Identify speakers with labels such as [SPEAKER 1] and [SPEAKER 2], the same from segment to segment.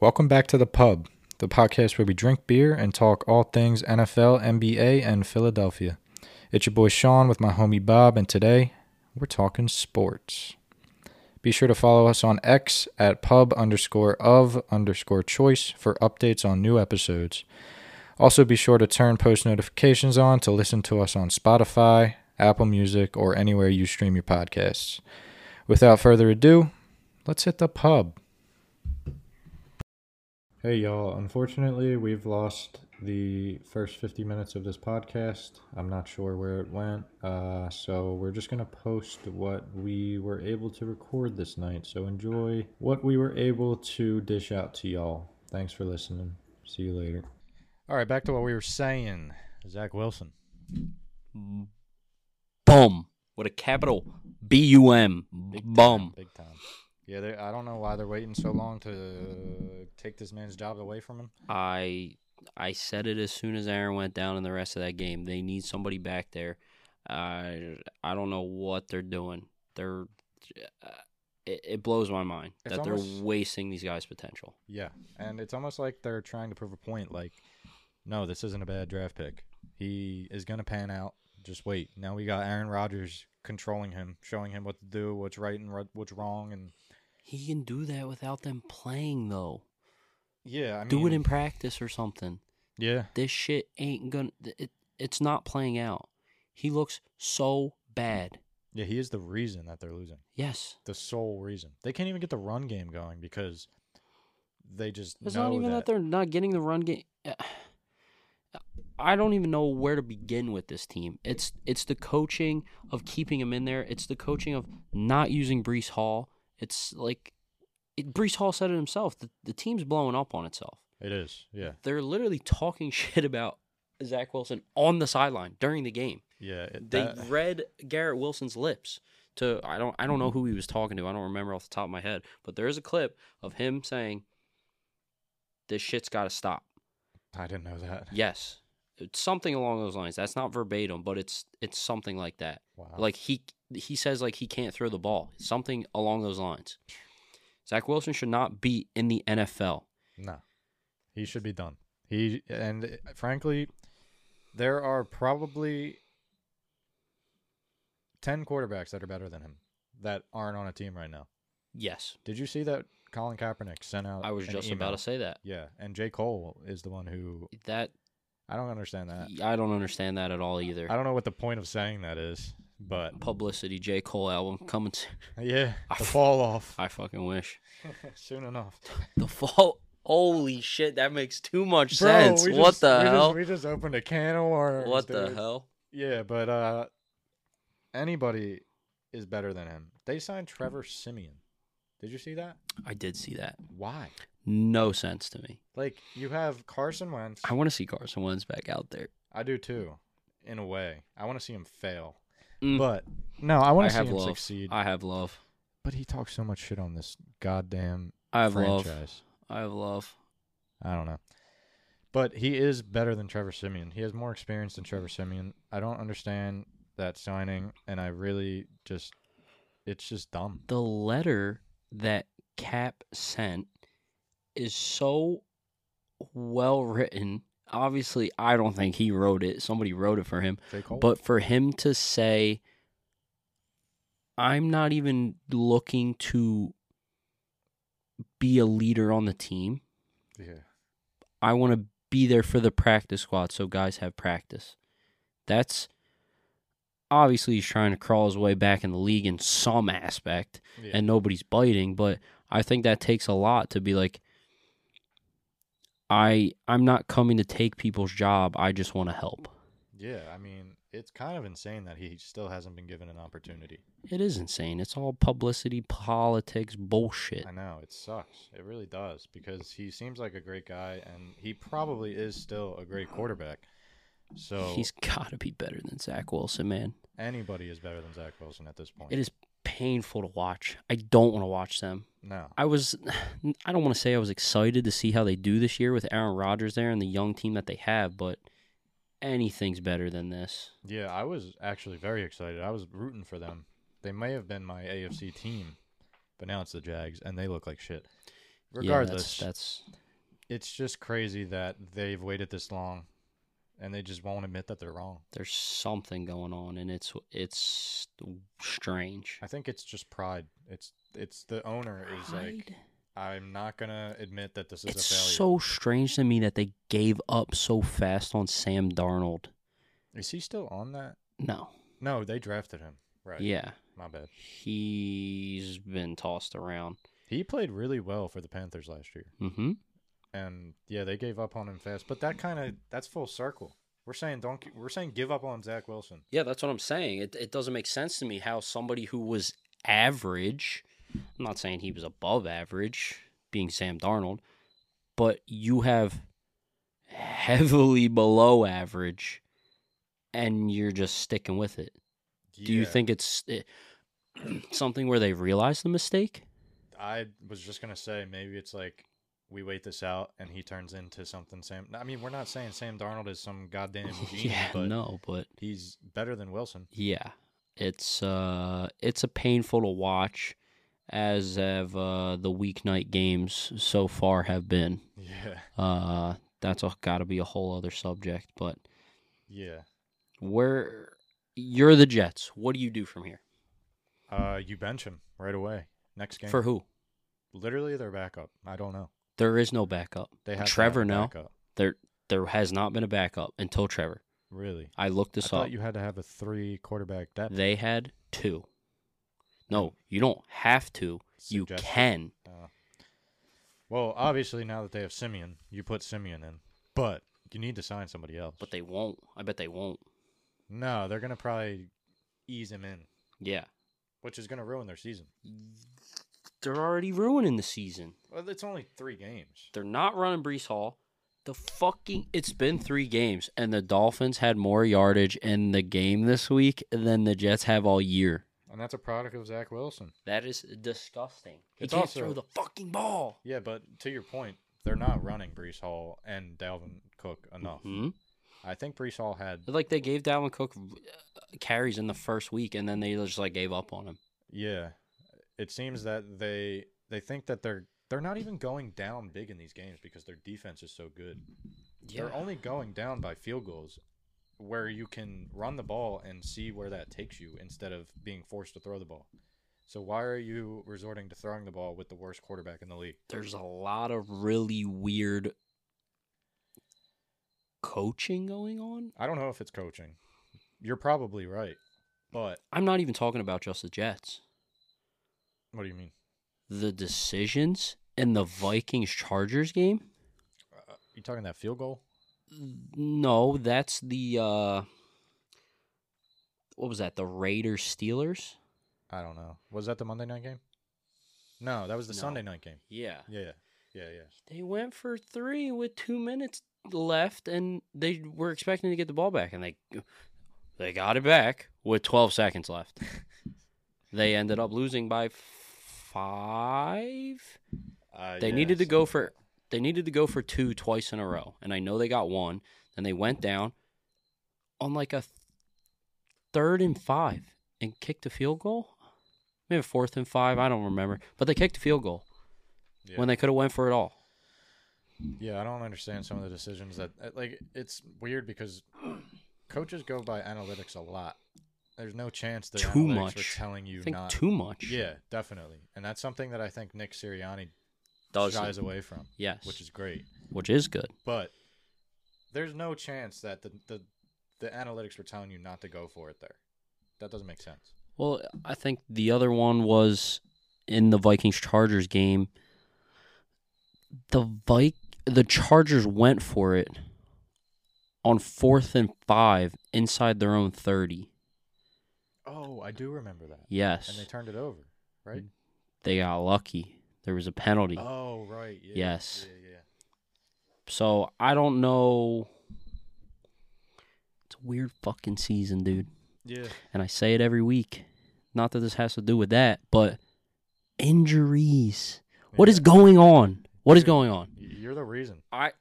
[SPEAKER 1] Welcome back to the pub, the podcast where we drink beer and talk all things NFL, NBA, and Philadelphia. It's your boy Sean with my homie Bob, and today we're talking sports. Be sure to follow us on X at pub underscore of underscore choice for updates on new episodes. Also, be sure to turn post notifications on to listen to us on Spotify, Apple Music, or anywhere you stream your podcasts. Without further ado, let's hit the pub. Hey, y'all. Unfortunately, we've lost the first 50 minutes of this podcast. I'm not sure where it went. Uh, so, we're just going to post what we were able to record this night. So, enjoy what we were able to dish out to y'all. Thanks for listening. See you later. All right, back to what we were saying. Zach Wilson.
[SPEAKER 2] Bum with a capital B U M. Bum.
[SPEAKER 1] Big time. Yeah, they- I don't know why they're waiting so long to take this man's job away from him.
[SPEAKER 2] I I said it as soon as Aaron went down in the rest of that game. They need somebody back there. I I don't know what they're doing. They're uh, it, it blows my mind
[SPEAKER 1] It's
[SPEAKER 2] that
[SPEAKER 1] almost-
[SPEAKER 2] they're wasting these guys' potential.
[SPEAKER 1] Yeah, and it's almost like they're trying to prove a point. Like, no, this isn't a bad draft pick. He is going to pan out. Just wait. Now we got Aaron Rodgers controlling him, showing him what to do, what's right and what- what's wrong, and
[SPEAKER 2] He can do that without them playing though.
[SPEAKER 1] yeah, I mean,
[SPEAKER 2] do it in practice or something.
[SPEAKER 1] yeah,
[SPEAKER 2] This shit ain't gonna. It, it's not playing out. He looks so bad.
[SPEAKER 1] yeah. He is the reason that they're losing.
[SPEAKER 2] Yes.
[SPEAKER 1] The sole reason they can't even get the run game going because they just
[SPEAKER 2] It's
[SPEAKER 1] know
[SPEAKER 2] not even that.
[SPEAKER 1] that
[SPEAKER 2] they're not getting the run game. I don't even know where to begin with this team. It's it's the coaching of keeping him in there. It's the coaching of not using Brees Hall. It's like it, Brees Hall said it himself. The, the team's blowing up on itself.
[SPEAKER 1] it is. Yeah,
[SPEAKER 2] They're literally talking shit about Zach Wilson on the sideline during the game.
[SPEAKER 1] yeah. It,
[SPEAKER 2] They
[SPEAKER 1] that-
[SPEAKER 2] read Garrett Wilson's lips to I don't I don't know who he was talking to. I don't remember off the top of my head, but there is a clip of him saying, "This shit's got to stop."
[SPEAKER 1] I didn't know that.
[SPEAKER 2] Yes, it's something along those lines. That's not verbatim, but it's it's something like that.
[SPEAKER 1] Wow.
[SPEAKER 2] Like he he says like he can't throw the ball. Something along those lines. Zach Wilson should not be in the NFL.
[SPEAKER 1] No, he should be done. He and uh, frankly, there are probably ten quarterbacks that are better than him that aren't on a team right now.
[SPEAKER 2] Yes,
[SPEAKER 1] Did you see that Colin Kaepernick sent out?
[SPEAKER 2] I
[SPEAKER 1] Uh,
[SPEAKER 2] was
[SPEAKER 1] an
[SPEAKER 2] just about
[SPEAKER 1] email?
[SPEAKER 2] to say that.
[SPEAKER 1] Yeah, and J Cole is the one who
[SPEAKER 2] That
[SPEAKER 1] I don't understand that.
[SPEAKER 2] I don't understand that at all either.
[SPEAKER 1] Uh, I don't know what the point of saying that is, but
[SPEAKER 2] Publicity J Cole album coming. s-
[SPEAKER 1] yeah, the fall off
[SPEAKER 2] I fucking wish.
[SPEAKER 1] soon enough.
[SPEAKER 2] The fall. Holy shit, that makes too much
[SPEAKER 1] Bro,
[SPEAKER 2] sense.
[SPEAKER 1] we
[SPEAKER 2] What
[SPEAKER 1] just-
[SPEAKER 2] the
[SPEAKER 1] we just-
[SPEAKER 2] hell?
[SPEAKER 1] we just opened a can of worms.
[SPEAKER 2] what the
[SPEAKER 1] dude.
[SPEAKER 2] hell?
[SPEAKER 1] Yeah, but uh anybody is better than him. They signed Trevor Simeon. Did you see that?
[SPEAKER 2] I did see that.
[SPEAKER 1] Why?
[SPEAKER 2] No sense to me.
[SPEAKER 1] Like you have Carson Wentz.
[SPEAKER 2] I want to see Carson Wentz back out there.
[SPEAKER 1] I do too, in a way. I want to see him fail.
[SPEAKER 2] Mm.
[SPEAKER 1] But no, I want
[SPEAKER 2] I
[SPEAKER 1] to see
[SPEAKER 2] have
[SPEAKER 1] him
[SPEAKER 2] love.
[SPEAKER 1] succeed.
[SPEAKER 2] I have love.
[SPEAKER 1] But he talks so much shit on this goddamn
[SPEAKER 2] I have love.
[SPEAKER 1] franchise.
[SPEAKER 2] I have love.
[SPEAKER 1] I don't know. But he is better than Trevor Simeon. He has more experience than Trevor Simeon. I don't understand that signing and I really just it's just dumb.
[SPEAKER 2] The letter that Cap sent is so well written. Obviously, I don't think he wrote it. Somebody wrote it for him.
[SPEAKER 1] J. Cole.
[SPEAKER 2] But for him to say, I'm not even looking to be a leader on the team,
[SPEAKER 1] yeah.
[SPEAKER 2] I want to be there for the practice squad so guys have practice. That's obviously he's trying to crawl his way back in the league in some aspect
[SPEAKER 1] Yeah.
[SPEAKER 2] and nobody's biting, but I think that takes a lot to be like I I'm not coming to take people's job. I just want to help.
[SPEAKER 1] Yeah, I mean, it's kind of insane that he still hasn't been given an opportunity.
[SPEAKER 2] It is insane. It's all publicity, politics, bullshit.
[SPEAKER 1] I know, it sucks. It really does because he seems like a great guy and he probably is still a great quarterback. So
[SPEAKER 2] He's got to be better than Zach Wilson, man.
[SPEAKER 1] anybody is better than Zach Wilson at this point.
[SPEAKER 2] It is painful to watch. I don't want to watch them.
[SPEAKER 1] No.
[SPEAKER 2] I was, I don't want to say I was excited to see how they do this year with Aaron Rodgers there and the young team that they have, but anything's better than this.
[SPEAKER 1] Yeah, I was actually very excited. I was rooting for them. They may have been my AFC team, but now it's the Jags and they look like shit.
[SPEAKER 2] Yeah, that's-
[SPEAKER 1] Regardless,
[SPEAKER 2] that's,
[SPEAKER 1] It's just crazy that they've waited this long and they just won't admit that they're wrong.
[SPEAKER 2] There's something going on, and it's it's strange.
[SPEAKER 1] I think it's just pride. It's it's the owner is like
[SPEAKER 2] Pride?
[SPEAKER 1] I'm not gonna admit that this is
[SPEAKER 2] It's
[SPEAKER 1] a failure.
[SPEAKER 2] so strange to me that they gave up so fast on Sam Darnold.
[SPEAKER 1] is he still on that?
[SPEAKER 2] No,
[SPEAKER 1] No, they drafted him. Right.
[SPEAKER 2] yeah,
[SPEAKER 1] My bad.
[SPEAKER 2] he's been tossed around.
[SPEAKER 1] He played really well for the Panthers last year.
[SPEAKER 2] Mm-hmm.
[SPEAKER 1] And yeah, they gave up on him fast. But that kind of that's full circle. We're saying don't gi- we're saying give up on Zach Wilson.
[SPEAKER 2] Yeah, that's what I'm saying. It it doesn't make sense to me how somebody who was average, I'm not saying he was above average, being Sam Darnold, but you have heavily below average, and you're just sticking with it. Do you
[SPEAKER 1] Yeah.
[SPEAKER 2] think it's it, something where they realize the mistake?
[SPEAKER 1] I was just gonna say maybe it's like we wait this out and he turns into something Sam I mean, we're not saying Sam Darnold is some goddamn genius,
[SPEAKER 2] yeah,
[SPEAKER 1] but
[SPEAKER 2] no, but
[SPEAKER 1] he's better than Wilson.
[SPEAKER 2] yeah, it's uh, it's a painful to watch, as have uh, the weeknight games so far have been.
[SPEAKER 1] Yeah.
[SPEAKER 2] Uh, that's got to be a whole other subject. But
[SPEAKER 1] Yeah.
[SPEAKER 2] where you're the Jets, what do you do from here?
[SPEAKER 1] Uh you bench him right away. Next game.
[SPEAKER 2] For who?
[SPEAKER 1] Literally their backup. I don't know.
[SPEAKER 2] There is no backup.
[SPEAKER 1] They have to
[SPEAKER 2] Trevor
[SPEAKER 1] have a
[SPEAKER 2] now.
[SPEAKER 1] backup.
[SPEAKER 2] There, there has not been a backup until Trevor.
[SPEAKER 1] Really?
[SPEAKER 2] I looked
[SPEAKER 1] I
[SPEAKER 2] this up.
[SPEAKER 1] thought you had to have a three quarterback depth.
[SPEAKER 2] They had two. No, you don't have to. You
[SPEAKER 1] Suggested.
[SPEAKER 2] can.
[SPEAKER 1] Uh, Well, obviously now that they have Simeon, you put Simeon in. But you need to sign somebody else.
[SPEAKER 2] But they won't. I bet they won't.
[SPEAKER 1] no, they're gonna probably ease him in,
[SPEAKER 2] Yeah.
[SPEAKER 1] which is gonna ruin their season.
[SPEAKER 2] They're already ruining the season.
[SPEAKER 1] Well, it's only three games.
[SPEAKER 2] They're not running Brees Hall. The fucking it's been three games, and the Dolphins had more yardage in the game this week than the Jets have all year.
[SPEAKER 1] And that's a product of Zach Wilson.
[SPEAKER 2] That is disgusting. He
[SPEAKER 1] It's
[SPEAKER 2] can't
[SPEAKER 1] also-
[SPEAKER 2] throw the fucking ball.
[SPEAKER 1] Yeah, but to your point, they're not running Brees Hall and Dalvin Cook enough.
[SPEAKER 2] Hmm?
[SPEAKER 1] I think Brees Hall had
[SPEAKER 2] Like they gave Dalvin Cook uh, carries in the first week, and then they just like gave up on him.
[SPEAKER 1] yeah. It seems that they they think that they're they're not even going down big in these games because their defense is so good. They're only going down by field goals where you can run the ball and see where that takes you instead of being forced to throw the ball. So why are you resorting to throwing the ball with the worst quarterback in the league?
[SPEAKER 2] there's a lot of really weird coaching going on.
[SPEAKER 1] I don't know if it's coaching. You're probably right. But
[SPEAKER 2] I'm not even talking about just the Jets.
[SPEAKER 1] what do you mean?
[SPEAKER 2] The decisions in the Vikings Chargers game?
[SPEAKER 1] Uh, You talking that field goal?
[SPEAKER 2] No, that's the uh what was that? The Raiders Steelers?
[SPEAKER 1] I don't know. Was that the Monday night game? No, that was the
[SPEAKER 2] No.
[SPEAKER 1] Sunday night game.
[SPEAKER 2] Yeah.
[SPEAKER 1] Yeah, yeah, yeah.
[SPEAKER 2] They went for 3 with 2 minutes left and they were expecting to get the ball back and they they got it back with 12 seconds left. they ended up losing by 5.
[SPEAKER 1] Uh,
[SPEAKER 2] They
[SPEAKER 1] yeah,
[SPEAKER 2] needed to
[SPEAKER 1] so-
[SPEAKER 2] go for they needed to go for two twice in a row, and I know they got one. Then they went down on like a th- third and five and kicked a field goal, maybe a fourth and five. I don't remember, but they kicked a field goal
[SPEAKER 1] Yeah.
[SPEAKER 2] when they could have went for it all.
[SPEAKER 1] Yeah, I don't understand some of the decisions that uh, like it's weird because coaches go by analytics a lot. There's no chance that
[SPEAKER 2] Too
[SPEAKER 1] analytics
[SPEAKER 2] much.
[SPEAKER 1] are telling you
[SPEAKER 2] I think
[SPEAKER 1] not.
[SPEAKER 2] too much.
[SPEAKER 1] yeah, definitely, and that's something that I think Nick Sirianni
[SPEAKER 2] does
[SPEAKER 1] shies away from,
[SPEAKER 2] yes,
[SPEAKER 1] which is great.
[SPEAKER 2] which is good.
[SPEAKER 1] But there's no chance that the the the analytics were telling you not to go for it there. That doesn't make sense.
[SPEAKER 2] Well, I think the other one was in the Vikings Chargers game. The Vic the Chargers went for it on fourth and five inside their own thirty.
[SPEAKER 1] Oh, I do remember that.
[SPEAKER 2] Yes. Mm-hmm.
[SPEAKER 1] And they turned it over, right?
[SPEAKER 2] they got lucky. There was a penalty.
[SPEAKER 1] Oh, right. Yeah,
[SPEAKER 2] Yes.
[SPEAKER 1] Yeah, yeah.
[SPEAKER 2] so I don't know. It's a weird fucking season, dude.
[SPEAKER 1] Yeah.
[SPEAKER 2] And I say it every week. Not that this has to do with that, but injuries. What is going on? What is going on?
[SPEAKER 1] You're the reason.
[SPEAKER 2] I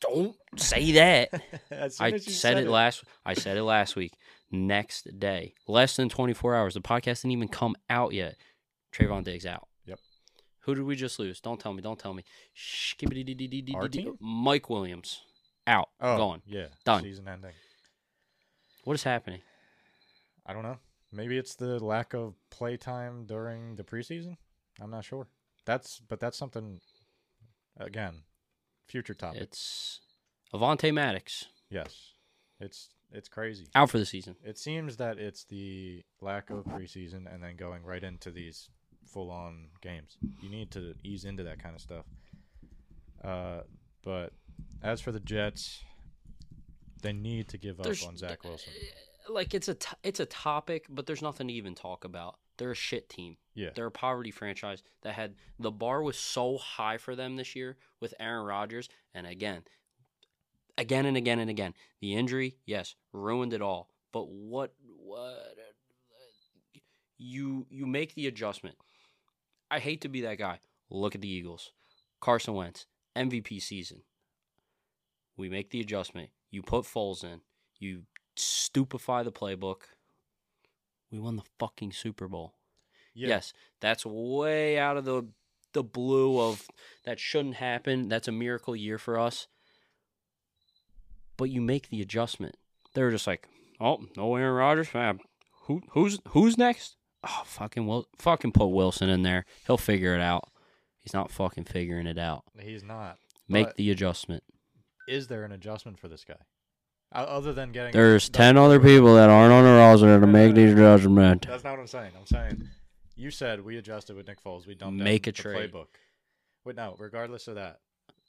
[SPEAKER 2] don't say that.
[SPEAKER 1] As soon
[SPEAKER 2] I
[SPEAKER 1] as
[SPEAKER 2] said,
[SPEAKER 1] you
[SPEAKER 2] it last. I said it last week. Next day, less than 24 hours. The podcast didn't even come out yet. Trayvon Diggs out.
[SPEAKER 1] Yep.
[SPEAKER 2] Who did we just lose? Don't tell me. Don't tell me. Skibbity-dee-dee-dee-dee-dee-dee.
[SPEAKER 1] Our team?
[SPEAKER 2] Mike Williams out.
[SPEAKER 1] Oh,
[SPEAKER 2] Gone.
[SPEAKER 1] Yeah,
[SPEAKER 2] Done.
[SPEAKER 1] Season ending.
[SPEAKER 2] What is happening?
[SPEAKER 1] I don't know. Maybe it's the lack of play time during the preseason. I'm not sure. That's but that's something. Again, future topic.
[SPEAKER 2] It's Avante Maddox
[SPEAKER 1] yes, it's it's crazy.
[SPEAKER 2] out for the season.
[SPEAKER 1] It seems that it's the lack of preseason and then going right into these full on games. You need to ease into that kind of stuff. Uh, but as for the Jets, they need to give up
[SPEAKER 2] There's-
[SPEAKER 1] on Zach Wilson.
[SPEAKER 2] Like it's a t- it's a topic, but there's nothing to even talk about. They're a shit team.
[SPEAKER 1] Yeah.
[SPEAKER 2] They're a poverty franchise that had the bar was so high for them this year with Aaron Rodgers, and again, again and again and again, the injury, yes, ruined it all. But what what you you make the adjustment. I hate to be that guy. Look at the Eagles, Carson Wentz MVP season. We make the adjustment. You put Foles in. You stupefy the playbook. We won the fucking Super Bowl.
[SPEAKER 1] Yeah.
[SPEAKER 2] Yes, that's way out of the the blue of that shouldn't happen. That's a miracle year for us. But you make the adjustment. They were just like, oh, no Aaron Rodgers. Man. Who who's who's next? Oh, fucking Wil- fucking put Wilson in there. He'll figure it out. He's not fucking figuring it out.
[SPEAKER 1] He's not.
[SPEAKER 2] Make
[SPEAKER 1] But-
[SPEAKER 2] the adjustment.
[SPEAKER 1] Is there an adjustment for this guy? O- Other than getting
[SPEAKER 2] There's
[SPEAKER 1] that's-
[SPEAKER 2] ten other people that aren't on the roster to
[SPEAKER 1] No, no, no,
[SPEAKER 2] make these
[SPEAKER 1] no.
[SPEAKER 2] judgment.
[SPEAKER 1] That's not what I'm saying. I'm saying you said we adjusted with Nick Foles. We dumped
[SPEAKER 2] Make
[SPEAKER 1] down
[SPEAKER 2] a trade.
[SPEAKER 1] the playbook. But no, regardless of that,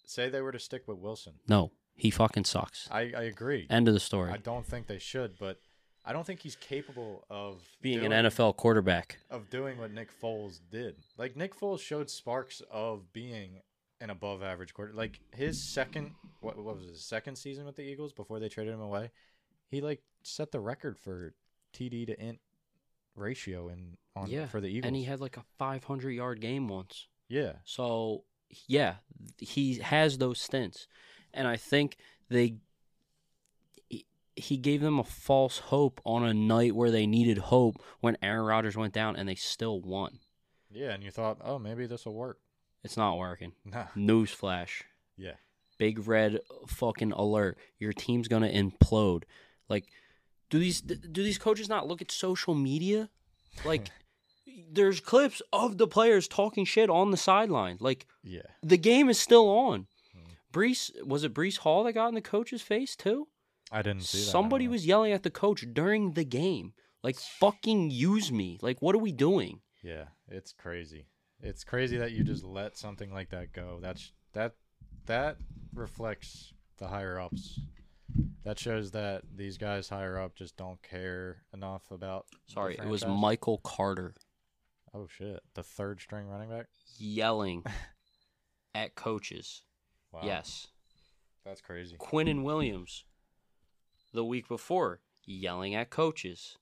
[SPEAKER 1] say they were to stick with Wilson.
[SPEAKER 2] No, he fucking sucks.
[SPEAKER 1] I, I agree.
[SPEAKER 2] End of the story.
[SPEAKER 1] I don't think they should, but I don't think he's capable of
[SPEAKER 2] Being
[SPEAKER 1] doing,
[SPEAKER 2] an NFL quarterback.
[SPEAKER 1] of doing what Nick Foles did. Like Nick Foles showed sparks of being an above average quarter. Like his second, what, what was his second season with the Eagles before they traded him away? He like set the record for TD to int ratio in on
[SPEAKER 2] Yeah,
[SPEAKER 1] for the Eagles.
[SPEAKER 2] and he had like a 500 yard game once.
[SPEAKER 1] yeah,
[SPEAKER 2] So yeah, he has those stints, and I think they he- he gave them a false hope on a night where they needed hope when Aaron Rodgers went down, and they still won.
[SPEAKER 1] yeah, and you thought, oh, maybe this will work.
[SPEAKER 2] It's not working.
[SPEAKER 1] Nah,
[SPEAKER 2] Newsflash.
[SPEAKER 1] yeah,
[SPEAKER 2] big red fucking alert. Your team's gonna implode. Like, do these do these coaches not look at social media? Like, there's clips of the players talking shit on the sideline. Like,
[SPEAKER 1] yeah,
[SPEAKER 2] the game is still on.
[SPEAKER 1] Hmm.
[SPEAKER 2] Brees was it Brees Hall that got in the coach's face too?
[SPEAKER 1] I didn't see that. I
[SPEAKER 2] Somebody
[SPEAKER 1] don't know.
[SPEAKER 2] was yelling at the coach during the game. Like, fucking use me. Like, what are we doing?
[SPEAKER 1] Yeah, it's crazy. It's crazy that you just let something like that go. That's that that reflects the higher ups. That shows that these guys higher up just don't care enough about. the
[SPEAKER 2] Sorry, it was
[SPEAKER 1] franchise.
[SPEAKER 2] Michael Carter
[SPEAKER 1] Oh shit, the third string running back.
[SPEAKER 2] yelling at coaches.
[SPEAKER 1] Wow,
[SPEAKER 2] Yes.
[SPEAKER 1] that's crazy.
[SPEAKER 2] Quinn and Williams the week before yelling at coaches,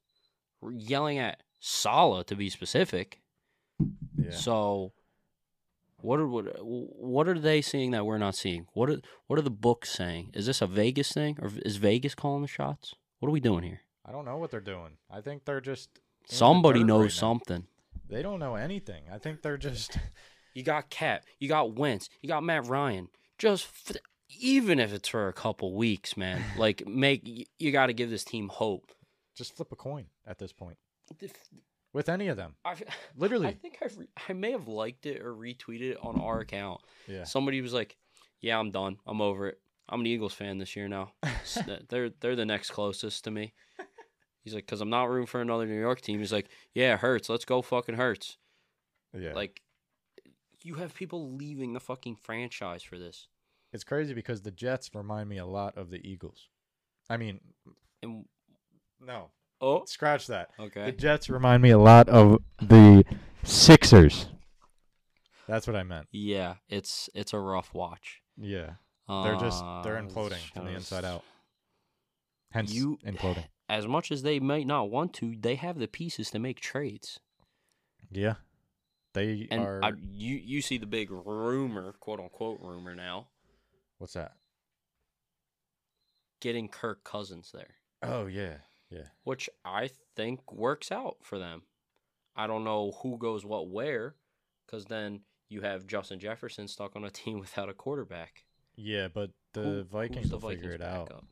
[SPEAKER 2] yelling at Sala to be specific.
[SPEAKER 1] Yeah,
[SPEAKER 2] So what are what, what are they seeing that we're not seeing? What are what are the books saying? Is this a Vegas thing or is Vegas calling the shots? What are we doing here?
[SPEAKER 1] I don't know what they're doing. I think they're just in the
[SPEAKER 2] Somebody
[SPEAKER 1] dirt
[SPEAKER 2] knows
[SPEAKER 1] right now.
[SPEAKER 2] something.
[SPEAKER 1] They don't know anything. I think they're just.
[SPEAKER 2] You got Cap, you got Wentz, you got Matt Ryan. Just f- even if it's for a couple weeks, man. Like make you, you got to give this team hope.
[SPEAKER 1] just flip a coin at this point with any of them.
[SPEAKER 2] I've-
[SPEAKER 1] Literally.
[SPEAKER 2] I think I've re- I may have liked it or retweeted it on our account.
[SPEAKER 1] yeah.
[SPEAKER 2] Somebody was like, "Yeah, I'm done. I'm over it. I'm an Eagles fan this year now. S- they're they're the next closest to me." He's like, "Cause I'm not rooting for another New York team." He's like, "Yeah, it hurts. Let's go, fucking hurts."
[SPEAKER 1] yeah.
[SPEAKER 2] Like, you have people leaving the fucking franchise for this,
[SPEAKER 1] It's crazy because the Jets remind me a lot of the Eagles. I mean,
[SPEAKER 2] and
[SPEAKER 1] no,
[SPEAKER 2] oh,
[SPEAKER 1] scratch that. The
[SPEAKER 2] okay,
[SPEAKER 1] Jets remind me a lot of the Sixers. That's what I meant.
[SPEAKER 2] yeah, it's it's a rough watch.
[SPEAKER 1] Yeah, they're just they're
[SPEAKER 2] Uh,
[SPEAKER 1] imploding from the
[SPEAKER 2] just-
[SPEAKER 1] inside out. Hence,
[SPEAKER 2] You-
[SPEAKER 1] imploding.
[SPEAKER 2] As much as they might not want to, they have the pieces to make trades.
[SPEAKER 1] Yeah, they
[SPEAKER 2] And
[SPEAKER 1] are.
[SPEAKER 2] I, you you see the big rumor, quote unquote rumor now,
[SPEAKER 1] what's that?
[SPEAKER 2] getting Kirk Cousins there,
[SPEAKER 1] Oh yeah, yeah.
[SPEAKER 2] which I think works out for them. I don't know who goes what where, because then You have Justin Jefferson stuck on a team without a quarterback.
[SPEAKER 1] Yeah, but the
[SPEAKER 2] Who- who's
[SPEAKER 1] Vikings
[SPEAKER 2] the
[SPEAKER 1] will figure it
[SPEAKER 2] Vikings
[SPEAKER 1] out.
[SPEAKER 2] backup?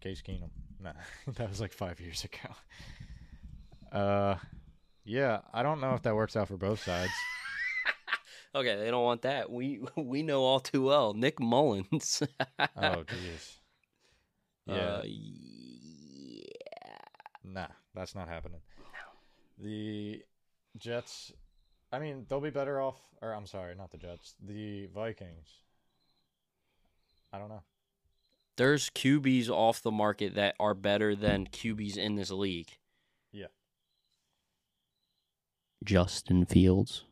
[SPEAKER 1] Case Keenum. Nah, that was like five years ago. Uh, yeah, I don't know if that works out for both sides.
[SPEAKER 2] Okay, they don't want that. We we know all too well. Nick Mullins.
[SPEAKER 1] oh, jeez. Yeah,
[SPEAKER 2] Uh, yeah.
[SPEAKER 1] nah, that's not happening. The Jets. I mean, they'll be better off. Or I'm sorry, not the Jets. The Vikings. I don't know.
[SPEAKER 2] There's QBs off the market that are better than QBs in this league.
[SPEAKER 1] Yeah.
[SPEAKER 2] Justin Fields.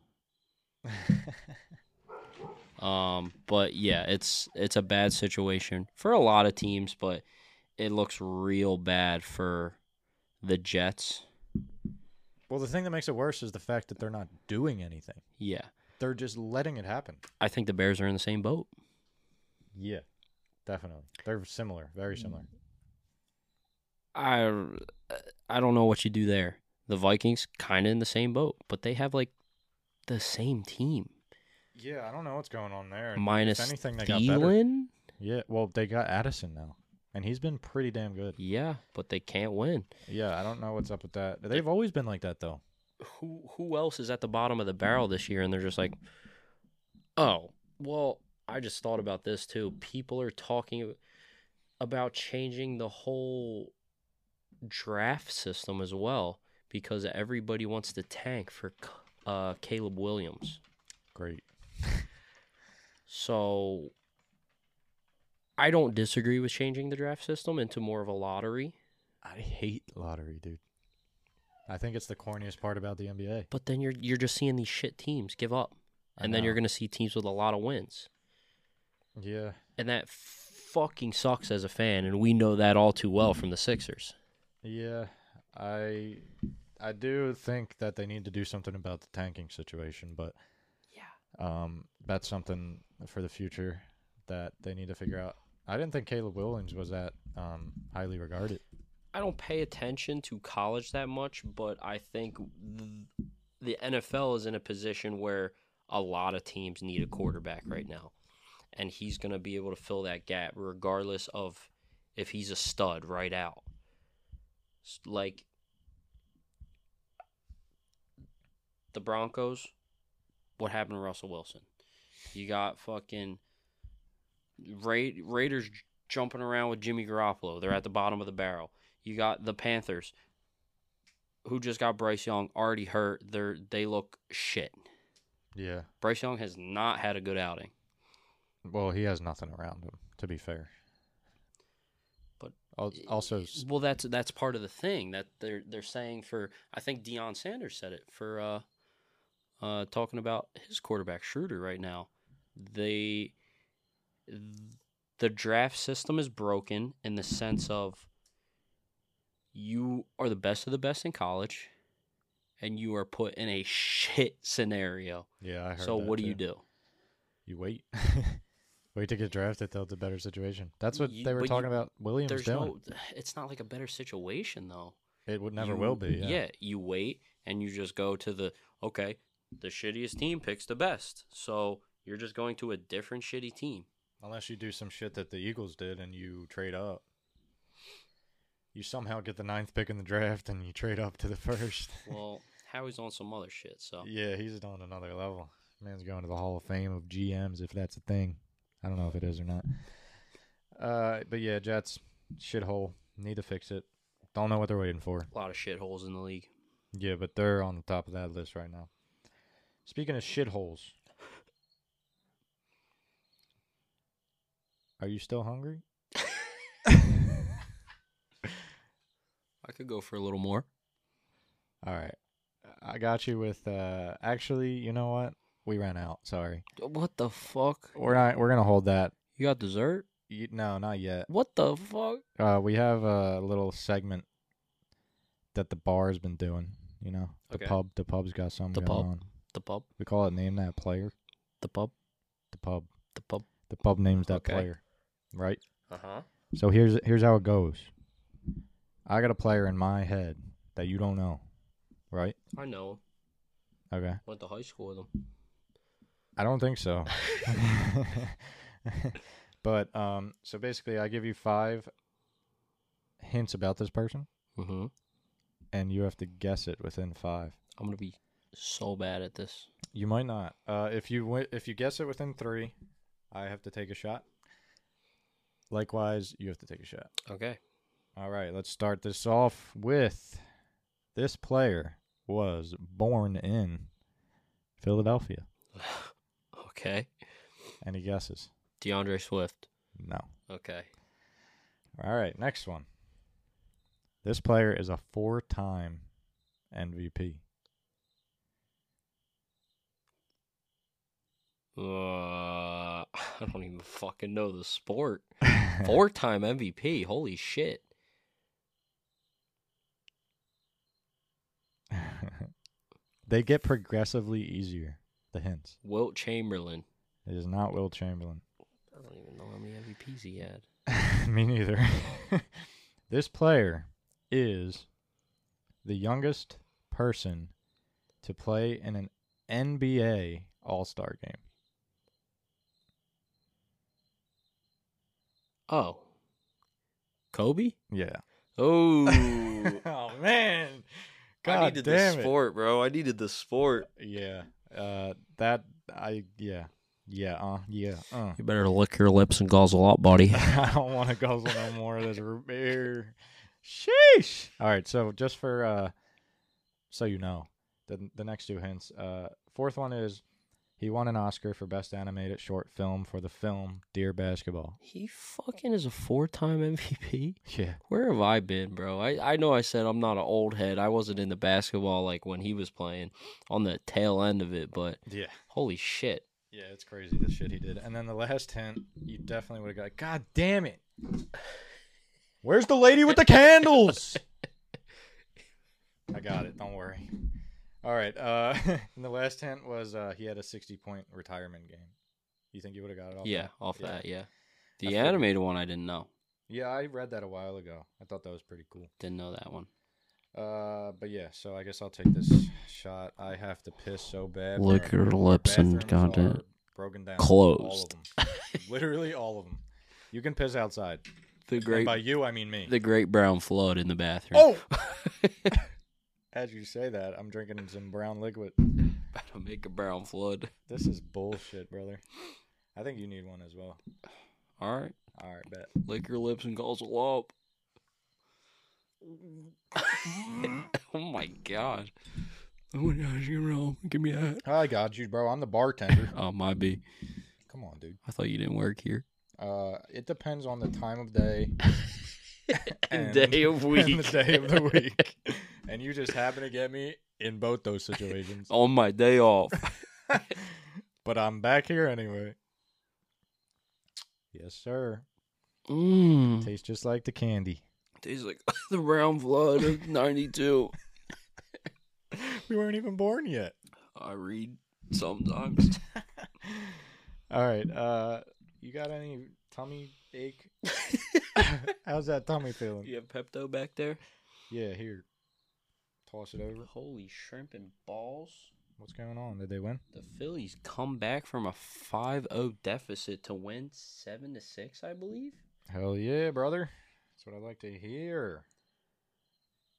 [SPEAKER 2] Um, but yeah, it's it's a bad situation for a lot of teams, but it looks real bad for the Jets.
[SPEAKER 1] well, the thing that makes it worse is the fact that they're not doing anything.
[SPEAKER 2] Yeah.
[SPEAKER 1] They're just letting it happen.
[SPEAKER 2] I think the Bears are in the same boat.
[SPEAKER 1] Yeah, definitely. They're similar, very similar.
[SPEAKER 2] I I don't know what you do there. The Vikings kind of in the same boat, but they have like the same team.
[SPEAKER 1] Yeah, I don't know what's going on there.
[SPEAKER 2] Minus
[SPEAKER 1] if anything, they got better.
[SPEAKER 2] Thielen?
[SPEAKER 1] Yeah, well, they got Addison now, and he's been pretty damn good.
[SPEAKER 2] Yeah, but they can't win.
[SPEAKER 1] Yeah, I don't know what's up with that. They've always been like that though.
[SPEAKER 2] Who who else is at the bottom of the barrel this year and they're just like, "Oh, well, I just thought about this too. People are talking about changing the whole draft system as well because everybody wants to tank for uh, Caleb Williams."
[SPEAKER 1] Great.
[SPEAKER 2] So I don't disagree with changing the draft system into more of a lottery,
[SPEAKER 1] I hate lottery, dude. I think it's the corniest part about the NBA.
[SPEAKER 2] but then you're you're just seeing these shit teams give up.
[SPEAKER 1] I
[SPEAKER 2] And then you're
[SPEAKER 1] know.
[SPEAKER 2] going to see teams with a lot of wins.
[SPEAKER 1] Yeah,
[SPEAKER 2] And that fucking sucks as a fan and we know that all too well from the Sixers.
[SPEAKER 1] yeah. I I do think that they need to do something about the tanking situation, but
[SPEAKER 2] Yeah.
[SPEAKER 1] um, that's something for the future that they need to figure out. I didn't think Caleb Williams was that um, highly regarded.
[SPEAKER 2] I don't pay attention to college that much, but I think th- the NFL is in a position where a lot of teams need a quarterback right now. And he's going to be able to fill that gap regardless of if he's a stud right out. S- Like the Broncos, what happened to Russell Wilson? You got fucking Ra- Raiders j- jumping around with Jimmy Garoppolo. They're at the bottom of the barrel. You got the Panthers, who just got Bryce Young, already hurt. They're they look shit.
[SPEAKER 1] Yeah.
[SPEAKER 2] Bryce Young has not had a good outing.
[SPEAKER 1] Well, he has nothing around him, to be fair.
[SPEAKER 2] But-
[SPEAKER 1] Al- also, s-
[SPEAKER 2] well, that's that's part of the thing that they're they're saying for. I think Deion Sanders said it for uh, uh, talking about his quarterback Schroeder right now. They the draft system is broken in the sense of you are the best of the best in college, and you are put in a shit scenario.
[SPEAKER 1] yeah, I heard.
[SPEAKER 2] So
[SPEAKER 1] that
[SPEAKER 2] what do you
[SPEAKER 1] too.
[SPEAKER 2] do?
[SPEAKER 1] You wait. wait to get drafted till it's a better situation. That's what
[SPEAKER 2] You-
[SPEAKER 1] they were
[SPEAKER 2] but you-
[SPEAKER 1] talking about. Williams
[SPEAKER 2] There's
[SPEAKER 1] doing.
[SPEAKER 2] no. It's not like a better situation though.
[SPEAKER 1] it would never
[SPEAKER 2] you-
[SPEAKER 1] will be. Yeah.
[SPEAKER 2] you wait and you just go to the okay, the shittiest team picks the best. So you're just going to a different shitty team.
[SPEAKER 1] Unless you do some shit that the Eagles did and you trade up. You somehow get the ninth pick in the draft and you trade up to the first.
[SPEAKER 2] Well, Howie's on some other shit, so
[SPEAKER 1] yeah, he's on another level. Man's going to the Hall of Fame of GMs if that's a thing. I don't know if it is or not. Uh, but yeah, Jets shithole. Need to fix it. Don't know what they're waiting for.
[SPEAKER 2] a lot of shitholes in the league.
[SPEAKER 1] Yeah, but they're on the top of that list right now. Speaking of shitholes, are you still hungry?
[SPEAKER 2] I could go for a little more.
[SPEAKER 1] All right, I got you with. Uh, actually, you know what? We ran out. Sorry,
[SPEAKER 2] What the fuck?
[SPEAKER 1] we're not. We're gonna hold that.
[SPEAKER 2] You got dessert?
[SPEAKER 1] You, no, not yet.
[SPEAKER 2] What the fuck?
[SPEAKER 1] Uh, we have a little segment that the bar's been doing. You know, the
[SPEAKER 2] Okay.
[SPEAKER 1] pub. The pub's got something
[SPEAKER 2] The
[SPEAKER 1] going
[SPEAKER 2] pub.
[SPEAKER 1] on.
[SPEAKER 2] The pub,
[SPEAKER 1] We call it name that player.
[SPEAKER 2] the pub,
[SPEAKER 1] The pub.
[SPEAKER 2] the pub.
[SPEAKER 1] The pub names that
[SPEAKER 2] Okay.
[SPEAKER 1] player. Right.
[SPEAKER 2] Uh
[SPEAKER 1] Uh-huh.
[SPEAKER 2] huh.
[SPEAKER 1] So here's here's how it goes. I got a player in my head that you don't know, right?
[SPEAKER 2] I know.
[SPEAKER 1] Okay.
[SPEAKER 2] Went to high school with him.
[SPEAKER 1] I don't think so. but um, so basically, I give you five hints about this person,
[SPEAKER 2] Mm-hmm.
[SPEAKER 1] and you have to guess it within five.
[SPEAKER 2] I'm gonna be so bad at this.
[SPEAKER 1] You might not. Uh, if you wi- if you guess it within three, I have to take a shot. Likewise, you have to take a shot.
[SPEAKER 2] Okay.
[SPEAKER 1] All right, let's start this off with this player was born in Philadelphia.
[SPEAKER 2] Okay.
[SPEAKER 1] Any guesses?
[SPEAKER 2] DeAndre Swift.
[SPEAKER 1] No.
[SPEAKER 2] Okay.
[SPEAKER 1] All right, next one. This player is a four time MVP.
[SPEAKER 2] Uh, I don't even fucking know the sport. Four time MVP. Holy shit.
[SPEAKER 1] They get progressively easier, the hints.
[SPEAKER 2] Wilt Chamberlain.
[SPEAKER 1] It is not Will Chamberlain.
[SPEAKER 2] I don't even know how many MVPs he had.
[SPEAKER 1] Me neither. this player is the youngest person to play in an NBA All Star game.
[SPEAKER 2] Oh. Kobe?
[SPEAKER 1] Yeah.
[SPEAKER 2] Oh.
[SPEAKER 1] oh man.
[SPEAKER 2] I
[SPEAKER 1] God
[SPEAKER 2] needed
[SPEAKER 1] damn
[SPEAKER 2] the
[SPEAKER 1] it.
[SPEAKER 2] sport, bro. I needed the sport.
[SPEAKER 1] Yeah. Uh, that I yeah yeah uh yeah uh.
[SPEAKER 2] You better lick your lips and guzzle up, buddy.
[SPEAKER 1] I don't want to guzzle no more of this root beer. Sheesh. All right. So just for uh, so you know, the the next two hints. Uh, fourth one is he won an Oscar for best animated short film for the film Dear Basketball.
[SPEAKER 2] He fucking is a four time MVP.
[SPEAKER 1] Yeah.
[SPEAKER 2] Where have I been, bro? I, I know I said I'm not an old head. I wasn't into basketball like when he was playing on the tail end of it, but
[SPEAKER 1] Yeah.
[SPEAKER 2] holy shit.
[SPEAKER 1] Yeah. It's crazy the shit he did. And then the last hint, you definitely would have got. God damn it. Where's the lady with the candles? I got it. Don't worry. All right. Uh, and the last hint was uh, he had a 60 point retirement game. You think you would have got it off?
[SPEAKER 2] Yeah,
[SPEAKER 1] that?
[SPEAKER 2] off
[SPEAKER 1] Yeah.
[SPEAKER 2] that, yeah.
[SPEAKER 1] I
[SPEAKER 2] The
[SPEAKER 1] figured.
[SPEAKER 2] animated one I didn't know.
[SPEAKER 1] Yeah, I read that a while ago. I thought that was pretty cool.
[SPEAKER 2] Didn't know that one.
[SPEAKER 1] Uh, but yeah, so I guess I'll take this shot. I have to piss so bad.
[SPEAKER 2] Lick
[SPEAKER 1] Our-
[SPEAKER 2] your
[SPEAKER 1] our
[SPEAKER 2] lips and
[SPEAKER 1] bathrooms
[SPEAKER 2] goddamn-
[SPEAKER 1] are broken down.
[SPEAKER 2] Closed.
[SPEAKER 1] All of them. Literally all of them. You can piss outside.
[SPEAKER 2] The
[SPEAKER 1] And
[SPEAKER 2] great
[SPEAKER 1] by you, I mean me.
[SPEAKER 2] the great brown flood in the bathroom.
[SPEAKER 1] Oh! As you say that, I'm drinking some brown liquid.
[SPEAKER 2] Gotta make a brown flood.
[SPEAKER 1] This is bullshit, brother. I think you need one as well.
[SPEAKER 2] All right.
[SPEAKER 1] All right, bet.
[SPEAKER 2] Lick your lips and guzzle up. oh my god. Oh my gosh, you're wrong. Give me that.
[SPEAKER 1] I got you, bro. I'm the bartender.
[SPEAKER 2] Oh, might be.
[SPEAKER 1] Come on, dude.
[SPEAKER 2] I thought you didn't work here.
[SPEAKER 1] Uh, it depends on the time of day
[SPEAKER 2] And day of week.
[SPEAKER 1] and the day of the week. and you just happen to get me in both those situations.
[SPEAKER 2] On my day off.
[SPEAKER 1] Oh. But I'm back here anyway. Yes, sir.
[SPEAKER 2] Mmm.
[SPEAKER 1] Tastes just like the candy.
[SPEAKER 2] Tastes like the brown flood of 92.
[SPEAKER 1] We weren't even born yet.
[SPEAKER 2] I read sometimes.
[SPEAKER 1] All right. Uh, you got any tummy ache? How's that tummy feeling?
[SPEAKER 2] You have Pepto back there?
[SPEAKER 1] Yeah, here. Toss it over.
[SPEAKER 2] Holy shrimp and balls.
[SPEAKER 1] What's going on? Did they win?
[SPEAKER 2] The Phillies come back from a 5-0 deficit to win 7 to 6, I believe.
[SPEAKER 1] Hell yeah, brother. That's what I like to hear.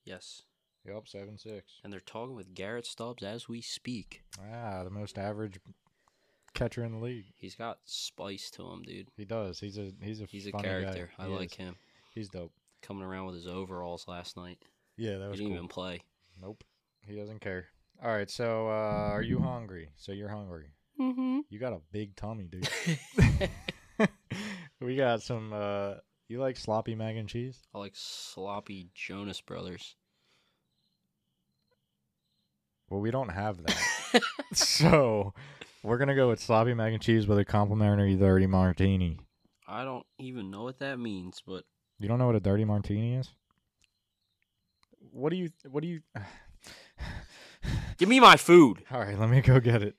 [SPEAKER 2] Yes.
[SPEAKER 1] Yup, seven six.
[SPEAKER 2] And they're talking with Garrett Stubbs as we speak.
[SPEAKER 1] Ah, the most average catcher in the league.
[SPEAKER 2] He's got spice to him, dude.
[SPEAKER 1] He does. He's a he's a
[SPEAKER 2] He's a
[SPEAKER 1] funny guy.
[SPEAKER 2] character. I
[SPEAKER 1] He
[SPEAKER 2] like
[SPEAKER 1] is.
[SPEAKER 2] him.
[SPEAKER 1] He's dope.
[SPEAKER 2] Coming around with his overalls last night.
[SPEAKER 1] Yeah, that
[SPEAKER 2] He
[SPEAKER 1] was
[SPEAKER 2] didn't
[SPEAKER 1] cool.
[SPEAKER 2] even play.
[SPEAKER 1] Nope. He doesn't care. All right, so uh, are you hungry? So you're hungry.
[SPEAKER 2] Mm-hmm.
[SPEAKER 1] You got a big tummy, dude. Mm-hmm. we got some. Uh, you like sloppy mac and cheese?
[SPEAKER 2] I like sloppy Jonas Brothers.
[SPEAKER 1] Well, we don't have that. so we're gonna go with sloppy mac and cheese with a complimentary dirty martini.
[SPEAKER 2] I don't even know what that means, but
[SPEAKER 1] You don't know what a dirty martini is? What do you? What do you?
[SPEAKER 2] give me my food.
[SPEAKER 1] All right, let me go get it.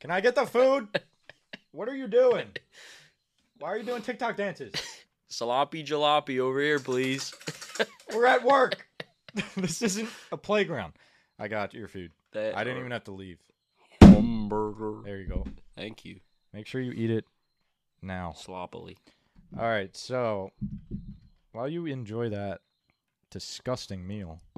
[SPEAKER 1] Can I get the food? What are you doing? Why are you doing TikTok dances?
[SPEAKER 2] Sloppy jalopy over here, please.
[SPEAKER 1] We're at work. this isn't a playground. I got your food.
[SPEAKER 2] That
[SPEAKER 1] I didn't even have to leave.
[SPEAKER 2] Hamburger.
[SPEAKER 1] There you go.
[SPEAKER 2] Thank you.
[SPEAKER 1] Make sure you eat it now.
[SPEAKER 2] Sloppily.
[SPEAKER 1] All right, so while you enjoy that disgusting meal,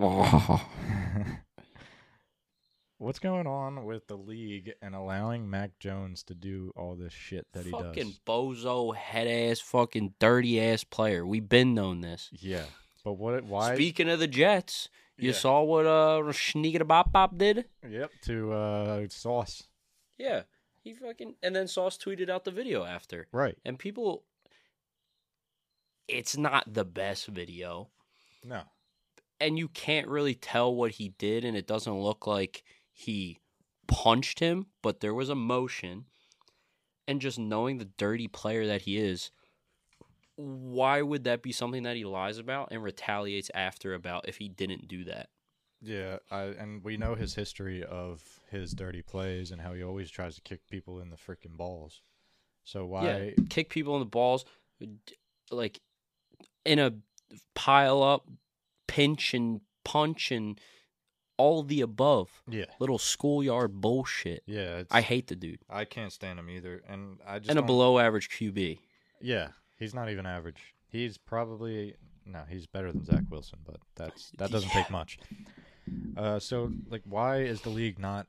[SPEAKER 1] what's going on with the league and allowing Mac Jones to do all this shit that he
[SPEAKER 2] fucking
[SPEAKER 1] does?
[SPEAKER 2] bozo head ass fucking dirty ass player. We've been known this.
[SPEAKER 1] Yeah, but what? Why?
[SPEAKER 2] Speaking of the Jets, you
[SPEAKER 1] Yeah.
[SPEAKER 2] saw what uh Sneaker Bop Bop did?
[SPEAKER 1] Yep, to uh, sauce.
[SPEAKER 2] Yeah. He fucking and then Sauce tweeted out the video after.
[SPEAKER 1] Right.
[SPEAKER 2] And people it's not the best video.
[SPEAKER 1] No.
[SPEAKER 2] And you can't really tell what he did and it doesn't look like he punched him, but there was emotion. And just knowing the dirty player that he is, why would that be something that he lies about and retaliates after about if he didn't do that?
[SPEAKER 1] Yeah, I, and we know his history of his dirty plays and how he always tries to kick people in the freaking balls. So why?
[SPEAKER 2] Yeah, kick people in the balls, d- like in a pile up, pinch and punch and all the above.
[SPEAKER 1] Yeah.
[SPEAKER 2] Little schoolyard bullshit.
[SPEAKER 1] Yeah. it's,
[SPEAKER 2] I hate the dude.
[SPEAKER 1] I can't stand him either, and I just
[SPEAKER 2] And a
[SPEAKER 1] don't-
[SPEAKER 2] below average QB.
[SPEAKER 1] Yeah, he's not even average. He's probably no, he's better than Zach Wilson, but that's that doesn't take much. Uh, so like, why is the league not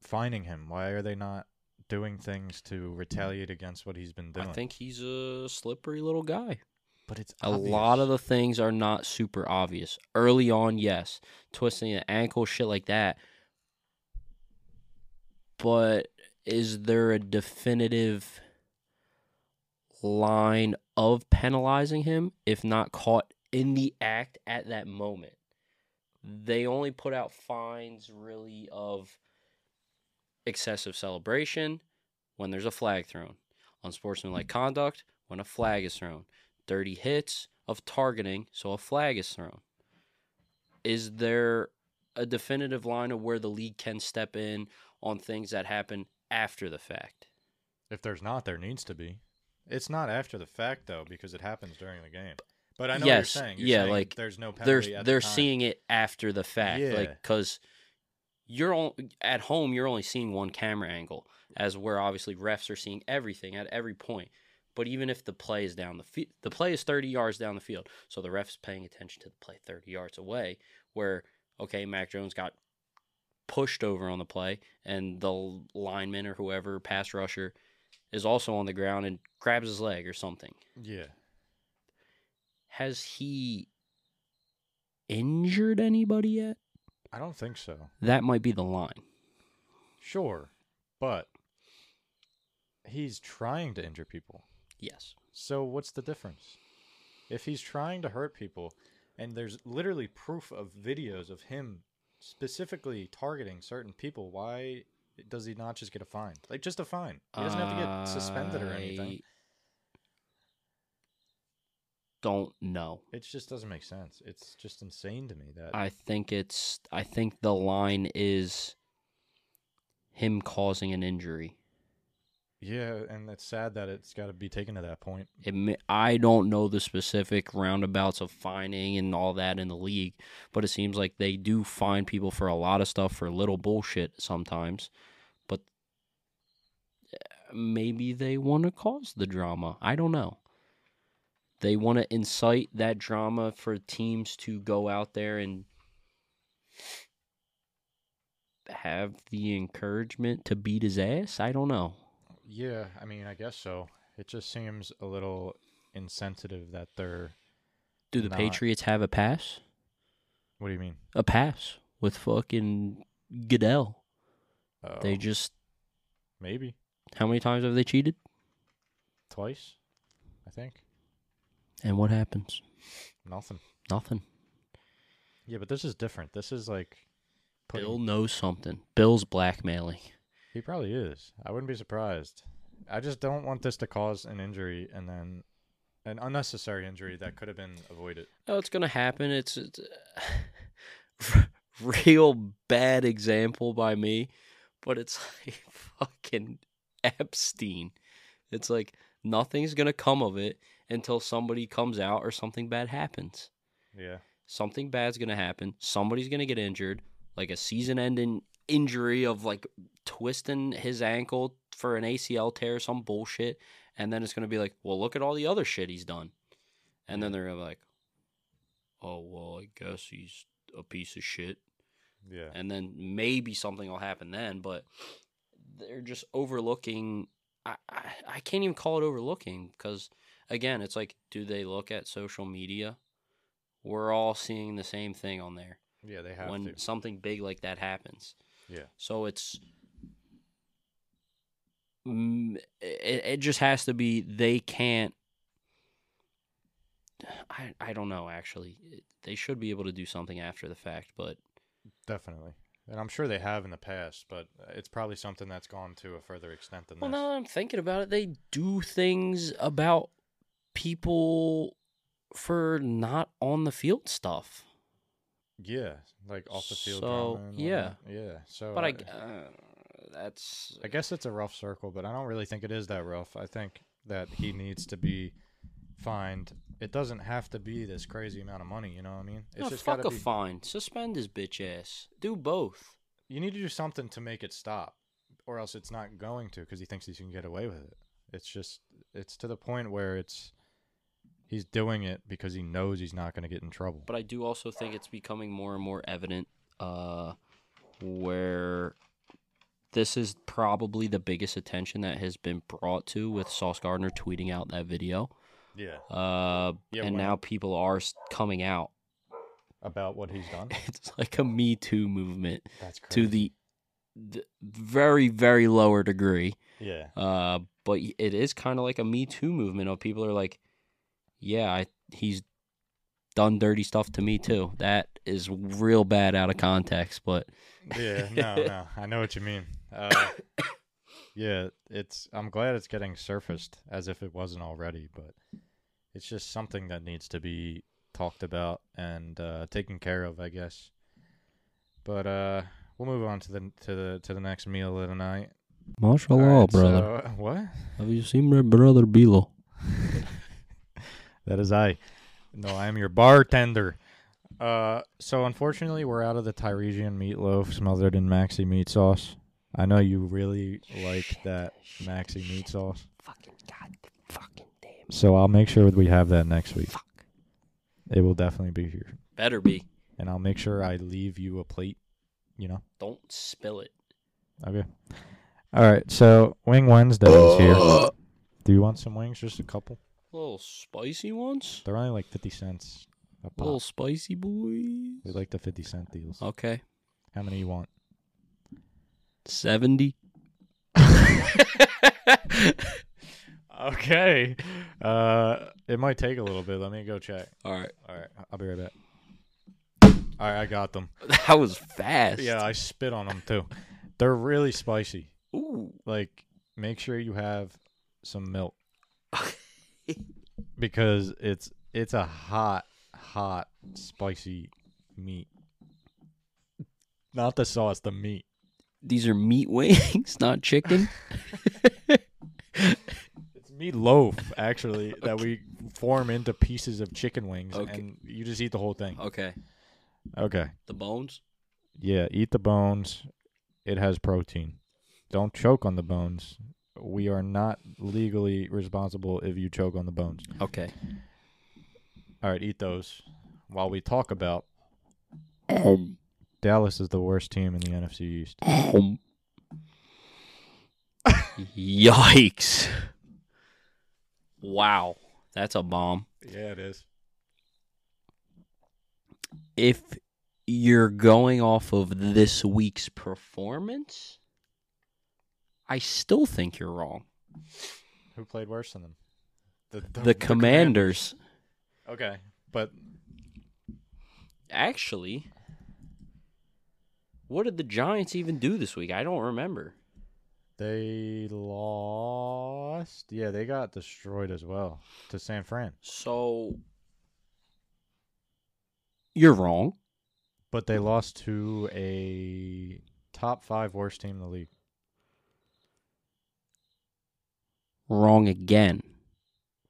[SPEAKER 1] fining him? Why are they not doing things to retaliate against what he's been
[SPEAKER 2] I
[SPEAKER 1] doing?
[SPEAKER 2] think he's a slippery little guy.
[SPEAKER 1] but it's
[SPEAKER 2] A lot of the things are not super obvious. Early on, yes, twisting an ankle, shit like that. But is there a definitive line of penalizing him if not caught in the act at that moment? They only put out fines really of excessive celebration when there's a flag thrown, unsportsmanlike conduct when a flag is thrown, dirty hits of targeting, so a flag is thrown. Is there a definitive line of where the league can step in on things that happen after the fact?
[SPEAKER 1] if there's not, there needs to be. It's not after the fact though, because it happens during the game. But I know
[SPEAKER 2] Yes,
[SPEAKER 1] what you're saying. You're
[SPEAKER 2] yeah,
[SPEAKER 1] saying
[SPEAKER 2] like,
[SPEAKER 1] there's no penalty.
[SPEAKER 2] They're
[SPEAKER 1] at the
[SPEAKER 2] they're
[SPEAKER 1] time.
[SPEAKER 2] seeing it after the fact,
[SPEAKER 1] Yeah.
[SPEAKER 2] like because you're on, at home, you're only seeing one camera angle, as where obviously refs are seeing everything at every point. But even if the play is down the field, the play is 30 yards down the field, so the ref's paying attention to the play 30 yards away. Where okay, Mac Jones got pushed over on the play, and the lineman or whoever pass rusher is also on the ground and grabs his leg or something.
[SPEAKER 1] Yeah,
[SPEAKER 2] has he injured anybody yet?
[SPEAKER 1] I don't think so.
[SPEAKER 2] That might be the line.
[SPEAKER 1] Sure, but he's trying to injure people.
[SPEAKER 2] Yes.
[SPEAKER 1] So what's the difference? If he's trying to hurt people, and there's literally proof of videos of him specifically targeting certain people, why does he not just get a fine? Like just a fine. He doesn't have to get suspended or anything.
[SPEAKER 2] I Don't know.
[SPEAKER 1] It just doesn't make sense. It's just insane to me that
[SPEAKER 2] I think it's I think the line is him causing an injury.
[SPEAKER 1] yeah, and it's sad that it's got to be taken to that point.
[SPEAKER 2] It may, I don't know the specific roundabouts of fining and all that in the league, but it seems like they do fine people for a lot of stuff for little bullshit sometimes. But eh, maybe they want to cause the drama. I don't know. They want to incite that drama for teams to go out there and have the encouragement to beat his ass. I don't know.
[SPEAKER 1] Yeah, I mean, I guess so. It just seems a little insensitive that they're.
[SPEAKER 2] Do the
[SPEAKER 1] Not-
[SPEAKER 2] Patriots have a pass?
[SPEAKER 1] What do you mean?
[SPEAKER 2] a pass with fucking Goodell.
[SPEAKER 1] Oh,
[SPEAKER 2] They just
[SPEAKER 1] maybe
[SPEAKER 2] how many times have they cheated?
[SPEAKER 1] twice, I think.
[SPEAKER 2] And what happens?
[SPEAKER 1] Nothing.
[SPEAKER 2] Nothing.
[SPEAKER 1] Yeah, but this is different. This is like putting-
[SPEAKER 2] Bill knows something. Bill's blackmailing.
[SPEAKER 1] He probably is. I wouldn't be surprised. I just don't want this to cause an injury and then an unnecessary injury that could have been avoided.
[SPEAKER 2] No, it's gonna happen. It's, it's real bad example by me, but it's like fucking Epstein. It's like nothing's gonna come of it until somebody comes out or something bad happens.
[SPEAKER 1] Yeah.
[SPEAKER 2] something bad's going to happen. Somebody's going to get injured, like a season ending injury of like twisting his ankle for an ACL tear, some bullshit, and then it's gonna be like, well, look at all the other shit he's done, and then they're gonna be like, oh well, I guess he's a piece of shit,
[SPEAKER 1] Yeah.
[SPEAKER 2] and then maybe something will happen then, but they're just overlooking. I I, I can't even call it overlooking because again, it's like, do they look at social media? We're all seeing the same thing on there
[SPEAKER 1] Yeah, they have
[SPEAKER 2] when
[SPEAKER 1] to.
[SPEAKER 2] something big like that happens.
[SPEAKER 1] Yeah.
[SPEAKER 2] So it's mm, it, it just has to be they can't I I don't know actually. It- They should be able to do something after the fact, but
[SPEAKER 1] Definitely. And I'm sure they have in the past, but it's probably something that's gone to a further extent than
[SPEAKER 2] well
[SPEAKER 1] this.
[SPEAKER 2] now that I'm thinking about it, they do things about people for not on the field stuff.
[SPEAKER 1] Yeah, like off the field.
[SPEAKER 2] So,
[SPEAKER 1] drama and all
[SPEAKER 2] yeah.
[SPEAKER 1] that. yeah. So,
[SPEAKER 2] But I
[SPEAKER 1] I,
[SPEAKER 2] g- uh, that's
[SPEAKER 1] I guess it's a rough circle, but I don't really think it is that rough. I think that he needs to be fined. It doesn't have to be this crazy amount of money. You know what I mean? It's
[SPEAKER 2] no,
[SPEAKER 1] just
[SPEAKER 2] fuck
[SPEAKER 1] gotta
[SPEAKER 2] a
[SPEAKER 1] be.
[SPEAKER 2] fine. Suspend his bitch ass. Do both.
[SPEAKER 1] you need to do something to make it stop, or else it's not going to because he thinks he can get away with it. It's just it's to the point where it's he's doing it because he knows he's not going to get in trouble.
[SPEAKER 2] but I do also think it's becoming more and more evident uh, where this is probably the biggest attention that has been brought to with Sauce Gardner tweeting out that video.
[SPEAKER 1] yeah,
[SPEAKER 2] Uh,
[SPEAKER 1] Yeah,
[SPEAKER 2] and
[SPEAKER 1] when-
[SPEAKER 2] now people are s- coming out.
[SPEAKER 1] about what he's done.
[SPEAKER 2] It's like a Me Too movement
[SPEAKER 1] That's crazy.
[SPEAKER 2] to the, the very, very lower degree.
[SPEAKER 1] yeah,
[SPEAKER 2] Uh, but y- it is kind of like a Me Too movement of people are like, yeah, I, he's done dirty stuff to me too. That is real bad out of context, but
[SPEAKER 1] yeah. No, no, I know what you mean. Uh, yeah, it's. I'm glad it's getting surfaced as if it wasn't already, but it's just something that needs to be talked about and uh, taken care of, I guess. But uh, we'll move on to the to the to the next meal of the night.
[SPEAKER 2] Martial
[SPEAKER 1] All right, so- uh, what?
[SPEAKER 2] Have you seen my brother Bilo?
[SPEAKER 1] That is I. No, I am your bartender. Uh, so unfortunately, we're out of the Tyresian meatloaf smothered in maxi meat sauce. I know you really like that maxi meat sauce,
[SPEAKER 2] Fucking god, fucking damn,
[SPEAKER 1] so I'll make sure that we have that next week.
[SPEAKER 2] fuck.
[SPEAKER 1] It will definitely be here,
[SPEAKER 2] Better be.
[SPEAKER 1] and I'll make sure I leave you a plate. You know,
[SPEAKER 2] Don't spill it.
[SPEAKER 1] okay. All right, so Wing Wednesday is here. Do you want some wings? Just a couple.
[SPEAKER 2] Little spicy ones.
[SPEAKER 1] They're only like fifty cents. A pop.
[SPEAKER 2] Little spicy boys.
[SPEAKER 1] We like the fifty cent deals.
[SPEAKER 2] Okay,
[SPEAKER 1] How many you want?
[SPEAKER 2] seventy.
[SPEAKER 1] Okay. Uh, it might take a little bit. Let me go check.
[SPEAKER 2] All right,
[SPEAKER 1] All right, I'll be right back. All right, I got them.
[SPEAKER 2] that was fast.
[SPEAKER 1] Yeah, I spit on them too. They're really spicy.
[SPEAKER 2] Ooh.
[SPEAKER 1] Like, make sure you have some milk because it's it's a hot, hot, spicy meat. Not the sauce, the meat.
[SPEAKER 2] These are meat wings, not chicken.
[SPEAKER 1] It's meatloaf, actually, that we form into pieces of chicken wings,
[SPEAKER 2] Okay.
[SPEAKER 1] and you just eat the whole thing.
[SPEAKER 2] okay,
[SPEAKER 1] Okay.
[SPEAKER 2] the bones.
[SPEAKER 1] Yeah, eat the bones. It has protein. Don't choke on the bones. We are not legally responsible if you choke on the bones.
[SPEAKER 2] Okay.
[SPEAKER 1] All right, eat those. While we talk about Dallas is the worst team in the NFC East.
[SPEAKER 2] Um. Yikes. Wow. That's a bomb.
[SPEAKER 1] Yeah, it is.
[SPEAKER 2] If you're going off of this week's performance, I still think you're wrong.
[SPEAKER 1] Who played worse than them?
[SPEAKER 2] The,
[SPEAKER 1] the
[SPEAKER 2] Commanders.
[SPEAKER 1] Command- Okay, but
[SPEAKER 2] Actually, what did the Giants even do this week? I don't remember.
[SPEAKER 1] they lost. Yeah, they got destroyed as well to San Fran.
[SPEAKER 2] So. You're wrong.
[SPEAKER 1] But they lost to a top five worst team in the league.
[SPEAKER 2] Wrong again.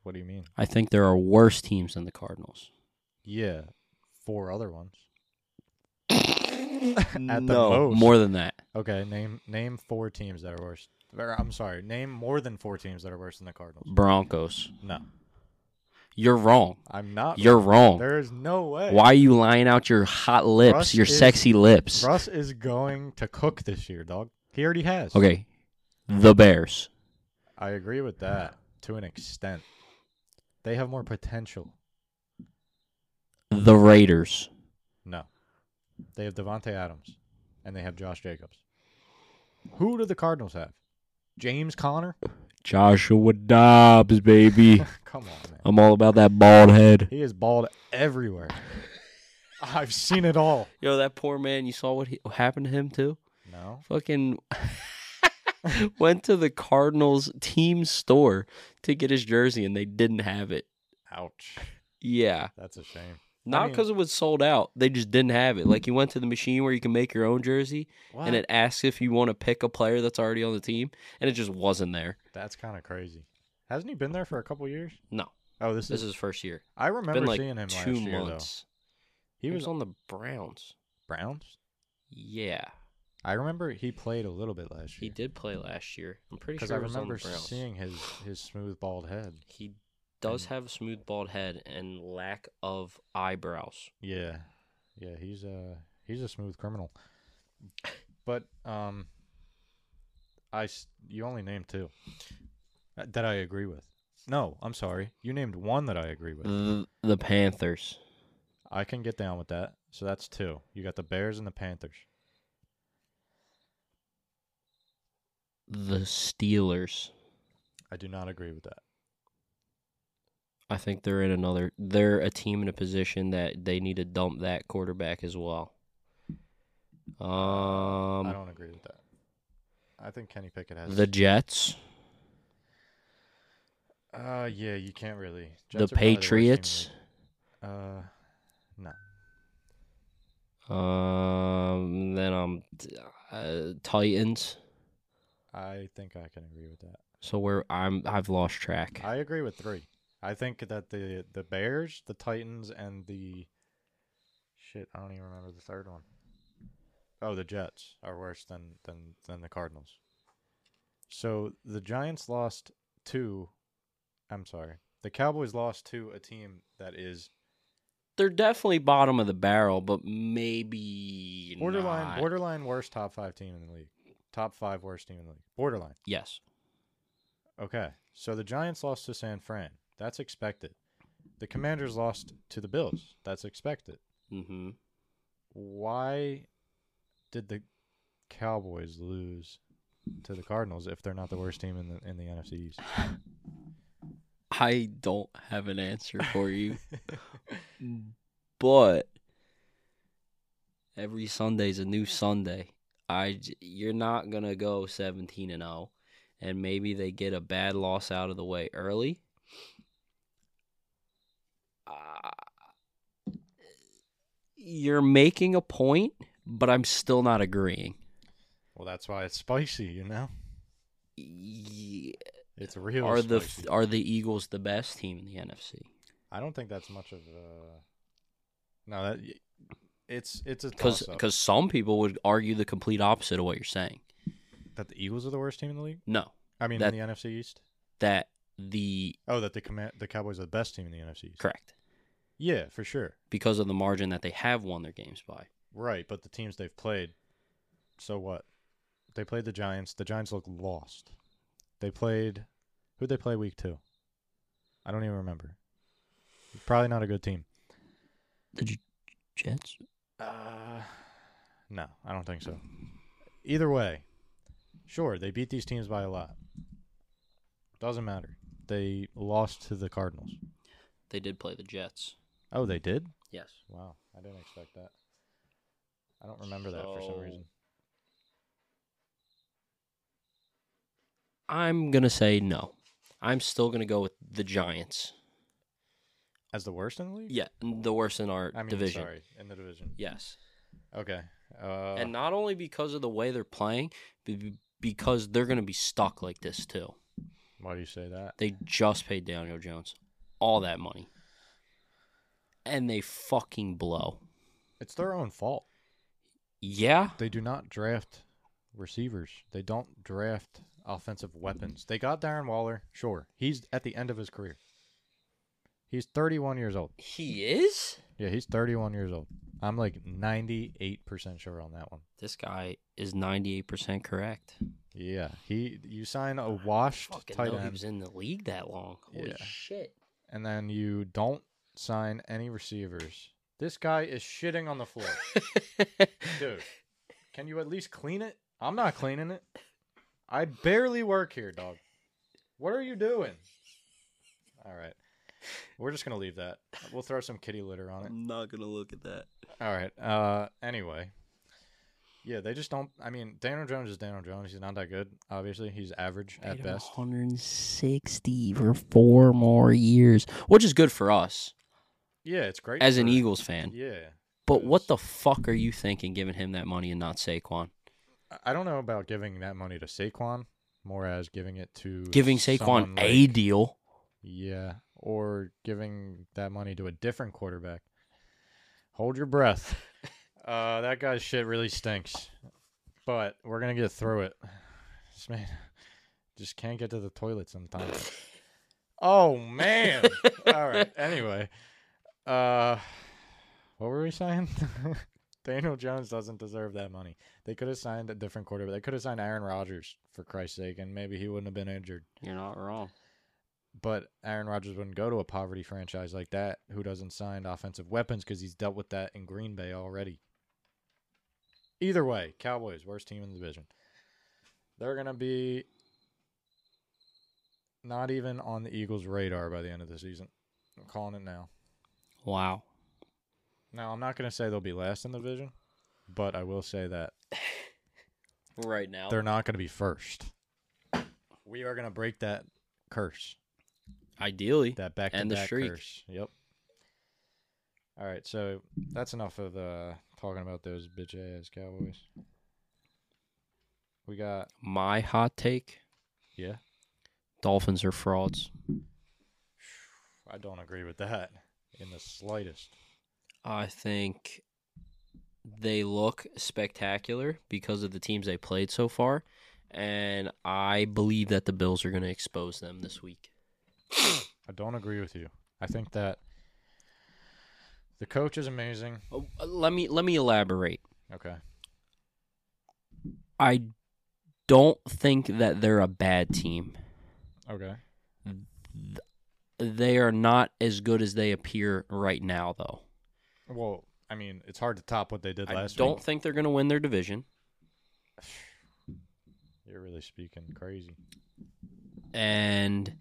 [SPEAKER 1] What do you mean?
[SPEAKER 2] I think there are worse teams than the Cardinals.
[SPEAKER 1] Yeah, four other ones.
[SPEAKER 2] At
[SPEAKER 1] the most.
[SPEAKER 2] More than that.
[SPEAKER 1] Okay, name name four teams that are worse. Or, I'm sorry, name more than four teams that are worse than the Cardinals.
[SPEAKER 2] Broncos.
[SPEAKER 1] No,
[SPEAKER 2] You're wrong.
[SPEAKER 1] I'm not.
[SPEAKER 2] You're wrong.
[SPEAKER 1] There is no way.
[SPEAKER 2] Why are you lying out your hot lips,
[SPEAKER 1] Russ
[SPEAKER 2] your
[SPEAKER 1] is-
[SPEAKER 2] sexy lips?
[SPEAKER 1] Russ is going to cook this year, dog. He already has.
[SPEAKER 2] Okay. The Bears.
[SPEAKER 1] I agree with that to an extent. They have more potential.
[SPEAKER 2] The Raiders.
[SPEAKER 1] No, they have Devonte Adams, and they have Josh Jacobs. Who do the Cardinals have? James Conner.
[SPEAKER 2] Joshua Dobbs, baby.
[SPEAKER 1] Come on, man.
[SPEAKER 2] I'm all about that bald head.
[SPEAKER 1] He is bald everywhere. I've seen it all.
[SPEAKER 2] Yo, that poor man, you saw what, he, what happened to him, too?
[SPEAKER 1] No.
[SPEAKER 2] Fucking went to the Cardinals team store to get his jersey, and they didn't have it.
[SPEAKER 1] Ouch.
[SPEAKER 2] Yeah.
[SPEAKER 1] That's a shame.
[SPEAKER 2] Not
[SPEAKER 1] mean-
[SPEAKER 2] because it was sold out. They just didn't have it. Like, you went to the machine where you can make your own jersey,
[SPEAKER 1] What?
[SPEAKER 2] and it asks if you want to pick a player that's already on the team, and it just wasn't there.
[SPEAKER 1] That's kind of crazy. Hasn't he been there for a couple years?
[SPEAKER 2] No,
[SPEAKER 1] Oh, this,
[SPEAKER 2] this
[SPEAKER 1] is.
[SPEAKER 2] is first year.
[SPEAKER 1] I
[SPEAKER 2] It's
[SPEAKER 1] remember
[SPEAKER 2] been like
[SPEAKER 1] seeing him
[SPEAKER 2] two
[SPEAKER 1] last year though.
[SPEAKER 2] months.
[SPEAKER 1] He was on
[SPEAKER 2] on the Browns.
[SPEAKER 1] Browns.
[SPEAKER 2] Yeah,
[SPEAKER 1] I remember he played a little bit last
[SPEAKER 2] he
[SPEAKER 1] year
[SPEAKER 2] did play last year. I'm pretty
[SPEAKER 1] because
[SPEAKER 2] sure
[SPEAKER 1] I
[SPEAKER 2] he was on the
[SPEAKER 1] remember
[SPEAKER 2] Browns.
[SPEAKER 1] seeing his his smooth bald head.
[SPEAKER 2] He does
[SPEAKER 1] And-
[SPEAKER 2] have a smooth bald head and lack of eyebrows.
[SPEAKER 1] Yeah, yeah, he's a he's a smooth criminal. But um, I s- you only named two Uh, that I agree with. No, I'm sorry, you named one that I agree with.
[SPEAKER 2] The, the Panthers.
[SPEAKER 1] I can get down with that. So that's two. You got the Bears and the Panthers.
[SPEAKER 2] The Steelers.
[SPEAKER 1] I do not agree with that.
[SPEAKER 2] I think they're in another. They're a team in a position that they need to dump that quarterback as well.
[SPEAKER 1] I
[SPEAKER 2] Um,
[SPEAKER 1] don't agree with that. I think Kenny Pickett has
[SPEAKER 2] the Jets.
[SPEAKER 1] Uh, yeah, you can't really.
[SPEAKER 2] the
[SPEAKER 1] Jets are probably worst team in
[SPEAKER 2] Patriots.
[SPEAKER 1] the league. Uh,
[SPEAKER 2] Um, then um, t- uh, Titans.
[SPEAKER 1] I think I can agree with that.
[SPEAKER 2] So where I'm, I've lost track.
[SPEAKER 1] I agree with three. I think that the the Bears, the Titans, and the shit. I don't even remember the third one. Oh, the Jets are worse than than than the Cardinals. So the Giants lost to. I'm sorry. The Cowboys lost to a team that is
[SPEAKER 2] They're definitely bottom of the barrel, but maybe
[SPEAKER 1] borderline
[SPEAKER 2] not.
[SPEAKER 1] borderline worst top five team in the league. Top five worst team in the league. Borderline.
[SPEAKER 2] Yes,
[SPEAKER 1] Okay. So the Giants lost to San Fran. That's expected. The Commanders lost to the Bills. That's expected.
[SPEAKER 2] mm-hmm.
[SPEAKER 1] Why did the Cowboys lose to the Cardinals if they're not the worst team in the in the NFC East?
[SPEAKER 2] I don't have an answer for you, but every Sunday's a new Sunday. I, j- you're not gonna go 17 and 0, and maybe they get a bad loss out of the way early. Uh, you're making a point, but I'm still not agreeing.
[SPEAKER 1] Well, that's why it's spicy, you know.
[SPEAKER 2] Ye-
[SPEAKER 1] It's real.
[SPEAKER 2] are the
[SPEAKER 1] spicy.
[SPEAKER 2] are the Eagles the best team in the NFC?
[SPEAKER 1] I don't think that's much of a. No, that it's it's a
[SPEAKER 2] Because
[SPEAKER 1] toss-up.
[SPEAKER 2] because some people would argue the complete opposite of what you're saying.
[SPEAKER 1] that the Eagles are the worst team in the league.
[SPEAKER 2] No,
[SPEAKER 1] I mean,
[SPEAKER 2] That-
[SPEAKER 1] in the NFC East.
[SPEAKER 2] that the
[SPEAKER 1] Oh, that the command the Cowboys are the best team in the NFC East.
[SPEAKER 2] correct
[SPEAKER 1] Yeah, for sure.
[SPEAKER 2] because of the margin that they have won their games by.
[SPEAKER 1] Right, but the teams they've played. So what? They played the Giants. The Giants look lost. They played. Who'd they play week two? I don't even remember. Probably not a good team.
[SPEAKER 2] The J- Jets.
[SPEAKER 1] Uh, no, I don't think so. Either way, sure, they beat these teams by a lot. Doesn't matter. They lost to the Cardinals.
[SPEAKER 2] They did play the Jets.
[SPEAKER 1] Oh, they did?
[SPEAKER 2] Yes.
[SPEAKER 1] Wow, I didn't expect that. I don't remember that for some
[SPEAKER 2] So-
[SPEAKER 1] reason.
[SPEAKER 2] I'm gonna say no. I'm still gonna go with the Giants.
[SPEAKER 1] As the worst in the league?
[SPEAKER 2] Yeah, the worst in our
[SPEAKER 1] I mean,
[SPEAKER 2] division.
[SPEAKER 1] sorry, in the division.
[SPEAKER 2] Yes,
[SPEAKER 1] Okay. Uh,
[SPEAKER 2] and not only because of the way they're playing, but be- because they're gonna be stuck like this too.
[SPEAKER 1] why do you say that?
[SPEAKER 2] They just paid Daniel Jones all that money. And they fucking blow.
[SPEAKER 1] It's their own fault.
[SPEAKER 2] Yeah.
[SPEAKER 1] They do not draft receivers. They don't draft offensive weapons. They got Darren Waller, sure. He's at the end of his career. He's 31 years old.
[SPEAKER 2] He is?
[SPEAKER 1] Yeah, he's 31 years old. I'm like 98% sure on that one.
[SPEAKER 2] This guy is 98% correct.
[SPEAKER 1] Yeah, he you sign a washed
[SPEAKER 2] Fucking
[SPEAKER 1] tight
[SPEAKER 2] know he
[SPEAKER 1] end.
[SPEAKER 2] was in the league that long. Holy
[SPEAKER 1] Yeah.
[SPEAKER 2] shit.
[SPEAKER 1] and then you don't sign any receivers. This guy is shitting on the floor. Dude, can you at least clean it? I'm not cleaning it. I barely work here, dog. What are you doing? All right. We're just going to leave that. We'll throw some kitty litter on it.
[SPEAKER 2] I'm not going to look at that.
[SPEAKER 1] All right. Uh anyway. Yeah, they just don't I mean, Daniel Jones is Daniel Jones. He's not that good, obviously. He's average at
[SPEAKER 2] Made him
[SPEAKER 1] best.
[SPEAKER 2] 160 for four more years, which is good for us
[SPEAKER 1] Yeah, it's great.
[SPEAKER 2] as an
[SPEAKER 1] for-
[SPEAKER 2] Eagles fan.
[SPEAKER 1] Yeah.
[SPEAKER 2] But what the fuck are you thinking giving him that money and not Saquon?
[SPEAKER 1] I- I don't know about giving that money to Saquon, more as giving it to
[SPEAKER 2] Giving Saquon
[SPEAKER 1] someone
[SPEAKER 2] a
[SPEAKER 1] like-
[SPEAKER 2] deal.
[SPEAKER 1] yeah, or giving that money to a different quarterback. Hold your breath. Uh, that guy's shit really stinks, but we're gonna get through it. This man just can't get to the toilet sometimes. oh man! All right. Anyway, uh, what were we saying? Daniel Jones doesn't deserve that money. They could have signed a different quarterback. They could have signed Aaron Rodgers for Christ's sake, and maybe he wouldn't have been injured
[SPEAKER 2] You're not wrong.
[SPEAKER 1] but Aaron Rodgers wouldn't go to a poverty franchise like that who doesn't sign offensive weapons because he's dealt with that in Green Bay already. Either way, Cowboys, worst team in the division. They're going to be not even on the Eagles' radar by the end of the season. I'm calling it now.
[SPEAKER 2] Wow.
[SPEAKER 1] Now, I'm not going to say they'll be last in the division, but I will say that
[SPEAKER 2] Right now.
[SPEAKER 1] they're not going to be first. Oh. We are going to break that curse.
[SPEAKER 2] Ideally.
[SPEAKER 1] that back
[SPEAKER 2] And
[SPEAKER 1] to
[SPEAKER 2] the
[SPEAKER 1] back
[SPEAKER 2] streak.
[SPEAKER 1] curse. Yep. All right, so that's enough of uh, talking about those bitch ass Cowboys. We got
[SPEAKER 2] My hot take
[SPEAKER 1] yeah.
[SPEAKER 2] Dolphins are frauds.
[SPEAKER 1] I don't agree with that in the slightest.
[SPEAKER 2] I think they look spectacular because of the teams they played so far. And I believe that the Bills are going to expose them this week.
[SPEAKER 1] I don't agree with you. I think that the coach is amazing.
[SPEAKER 2] Oh, uh, Let me let me elaborate.
[SPEAKER 1] Okay.
[SPEAKER 2] I don't think that they're a bad team.
[SPEAKER 1] Okay.
[SPEAKER 2] They are not as good as they appear right now, though.
[SPEAKER 1] Well, I mean, it's hard to top what they did
[SPEAKER 2] I
[SPEAKER 1] last
[SPEAKER 2] don't
[SPEAKER 1] week.
[SPEAKER 2] think they're going to win their division,
[SPEAKER 1] You're really speaking crazy.
[SPEAKER 2] and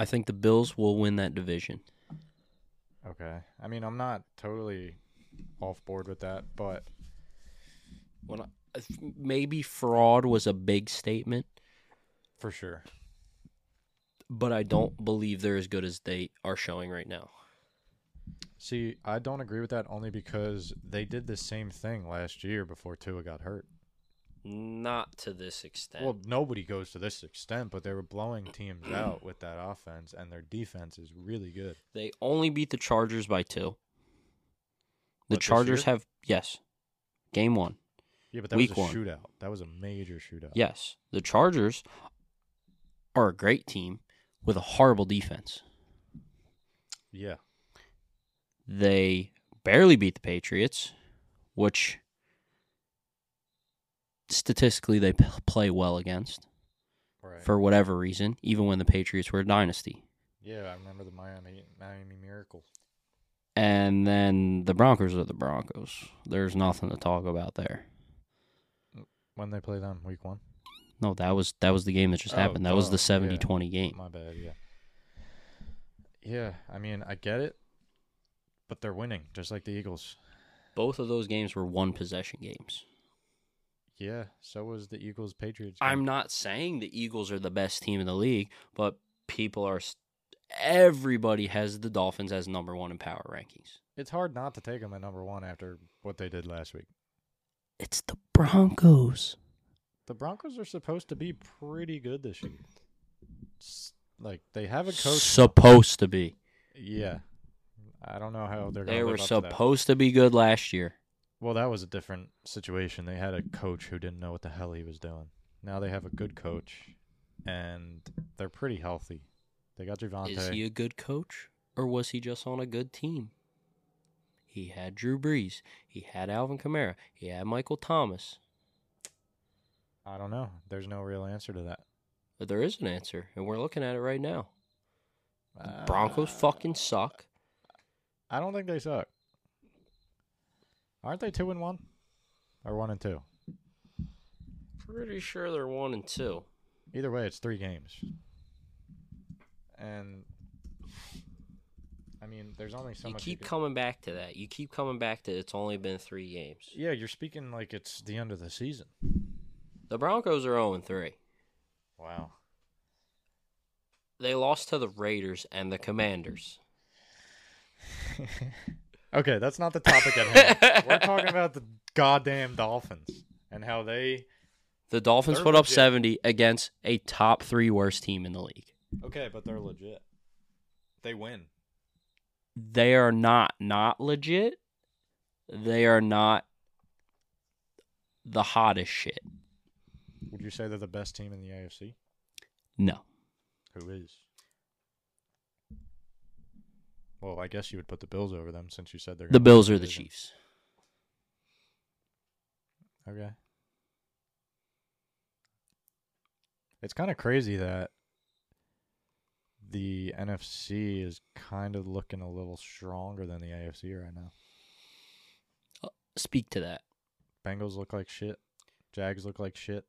[SPEAKER 2] I think the Bills will win that division.
[SPEAKER 1] Okay. I mean, I'm not totally off board with that, but
[SPEAKER 2] When I, maybe fraud was a big statement,
[SPEAKER 1] for sure.
[SPEAKER 2] but I don't believe they're as good as they are showing right now.
[SPEAKER 1] See, I don't agree with that only because they did the same thing last year before Tua got hurt.
[SPEAKER 2] Not to this extent.
[SPEAKER 1] Well, nobody goes to this extent, but they were blowing teams out with that offense, and their defense is really good.
[SPEAKER 2] They only beat the Chargers by two.
[SPEAKER 1] What,
[SPEAKER 2] The
[SPEAKER 1] this
[SPEAKER 2] Chargers
[SPEAKER 1] year?
[SPEAKER 2] have yes, game one.
[SPEAKER 1] Yeah, but that
[SPEAKER 2] Week
[SPEAKER 1] was a
[SPEAKER 2] one.
[SPEAKER 1] shootout. That was a major shootout.
[SPEAKER 2] Yes, the Chargers are a great team with a horrible defense.
[SPEAKER 1] Yeah.
[SPEAKER 2] They barely beat the Patriots, which statistically they p- play well against
[SPEAKER 1] Right.
[SPEAKER 2] for whatever reason, even when the Patriots were a dynasty.
[SPEAKER 1] yeah, I remember the Miami Miami Miracle.
[SPEAKER 2] And then the Broncos are the Broncos. There's nothing to talk about there.
[SPEAKER 1] When they play them, week one.
[SPEAKER 2] No, that was that was the game that just
[SPEAKER 1] Oh,
[SPEAKER 2] happened. That was
[SPEAKER 1] duh,
[SPEAKER 2] the 70-20 game.
[SPEAKER 1] My bad, yeah. Yeah, I mean, I get it, but they're winning, just like the Eagles.
[SPEAKER 2] Both of those games were one possession games.
[SPEAKER 1] Yeah, so was the Eagles Patriots. game.
[SPEAKER 2] I'm not saying the Eagles are the best team in the league, but people are. s- Everybody has the Dolphins as number one in power rankings.
[SPEAKER 1] It's hard not to take them at number one after what they did last week.
[SPEAKER 2] It's the Broncos.
[SPEAKER 1] The Broncos are supposed to be pretty good this year. S- Like they have a coach.
[SPEAKER 2] Supposed to be.
[SPEAKER 1] yeah, I don't know how they're. Gonna
[SPEAKER 2] They
[SPEAKER 1] live
[SPEAKER 2] were
[SPEAKER 1] up to that.
[SPEAKER 2] supposed to be good last year.
[SPEAKER 1] Well, that was a different situation. They had a coach who didn't know what the hell he was doing. Now they have a good coach, and they're pretty healthy. They got Javante.
[SPEAKER 2] Is he a good coach or was he just on a good team? He had Drew Brees. He had Alvin Kamara. He had Michael Thomas.
[SPEAKER 1] I don't know. There's no real answer to that.
[SPEAKER 2] But there is an answer, and we're looking at it right now. The Broncos fucking suck.
[SPEAKER 1] Uh, I don't think they suck. Aren't they two and one, or one and two?
[SPEAKER 2] Pretty sure they're one and two.
[SPEAKER 1] Either way, it's three games. And I mean, there's only so
[SPEAKER 2] you
[SPEAKER 1] much.
[SPEAKER 2] keep
[SPEAKER 1] can-
[SPEAKER 2] coming back to that. You keep coming back to it's only been three games.
[SPEAKER 1] yeah, you're speaking like it's the end of the season.
[SPEAKER 2] The Broncos are 0 3.
[SPEAKER 1] Wow.
[SPEAKER 2] They lost to the Raiders and the Commanders.
[SPEAKER 1] Okay, that's not the topic at hand. We're talking about the goddamn Dolphins and how they.
[SPEAKER 2] The Dolphins
[SPEAKER 1] They're
[SPEAKER 2] put up
[SPEAKER 1] legit.
[SPEAKER 2] 70 against a top three worst team in the league.
[SPEAKER 1] Okay, but they're legit. They win.
[SPEAKER 2] They are not not legit. They are not the hottest shit.
[SPEAKER 1] Would you say they're the best team in the AFC?
[SPEAKER 2] No.
[SPEAKER 1] Who is? Well, I guess you would put the Bills over them since you said they're.
[SPEAKER 2] The
[SPEAKER 1] gonna win
[SPEAKER 2] Bills are the
[SPEAKER 1] division.
[SPEAKER 2] Chiefs.
[SPEAKER 1] Okay. It's kind of crazy that the NFC is kind of looking a little stronger than the AFC right now.
[SPEAKER 2] Speak to that.
[SPEAKER 1] Bengals look like shit. Jags look like shit.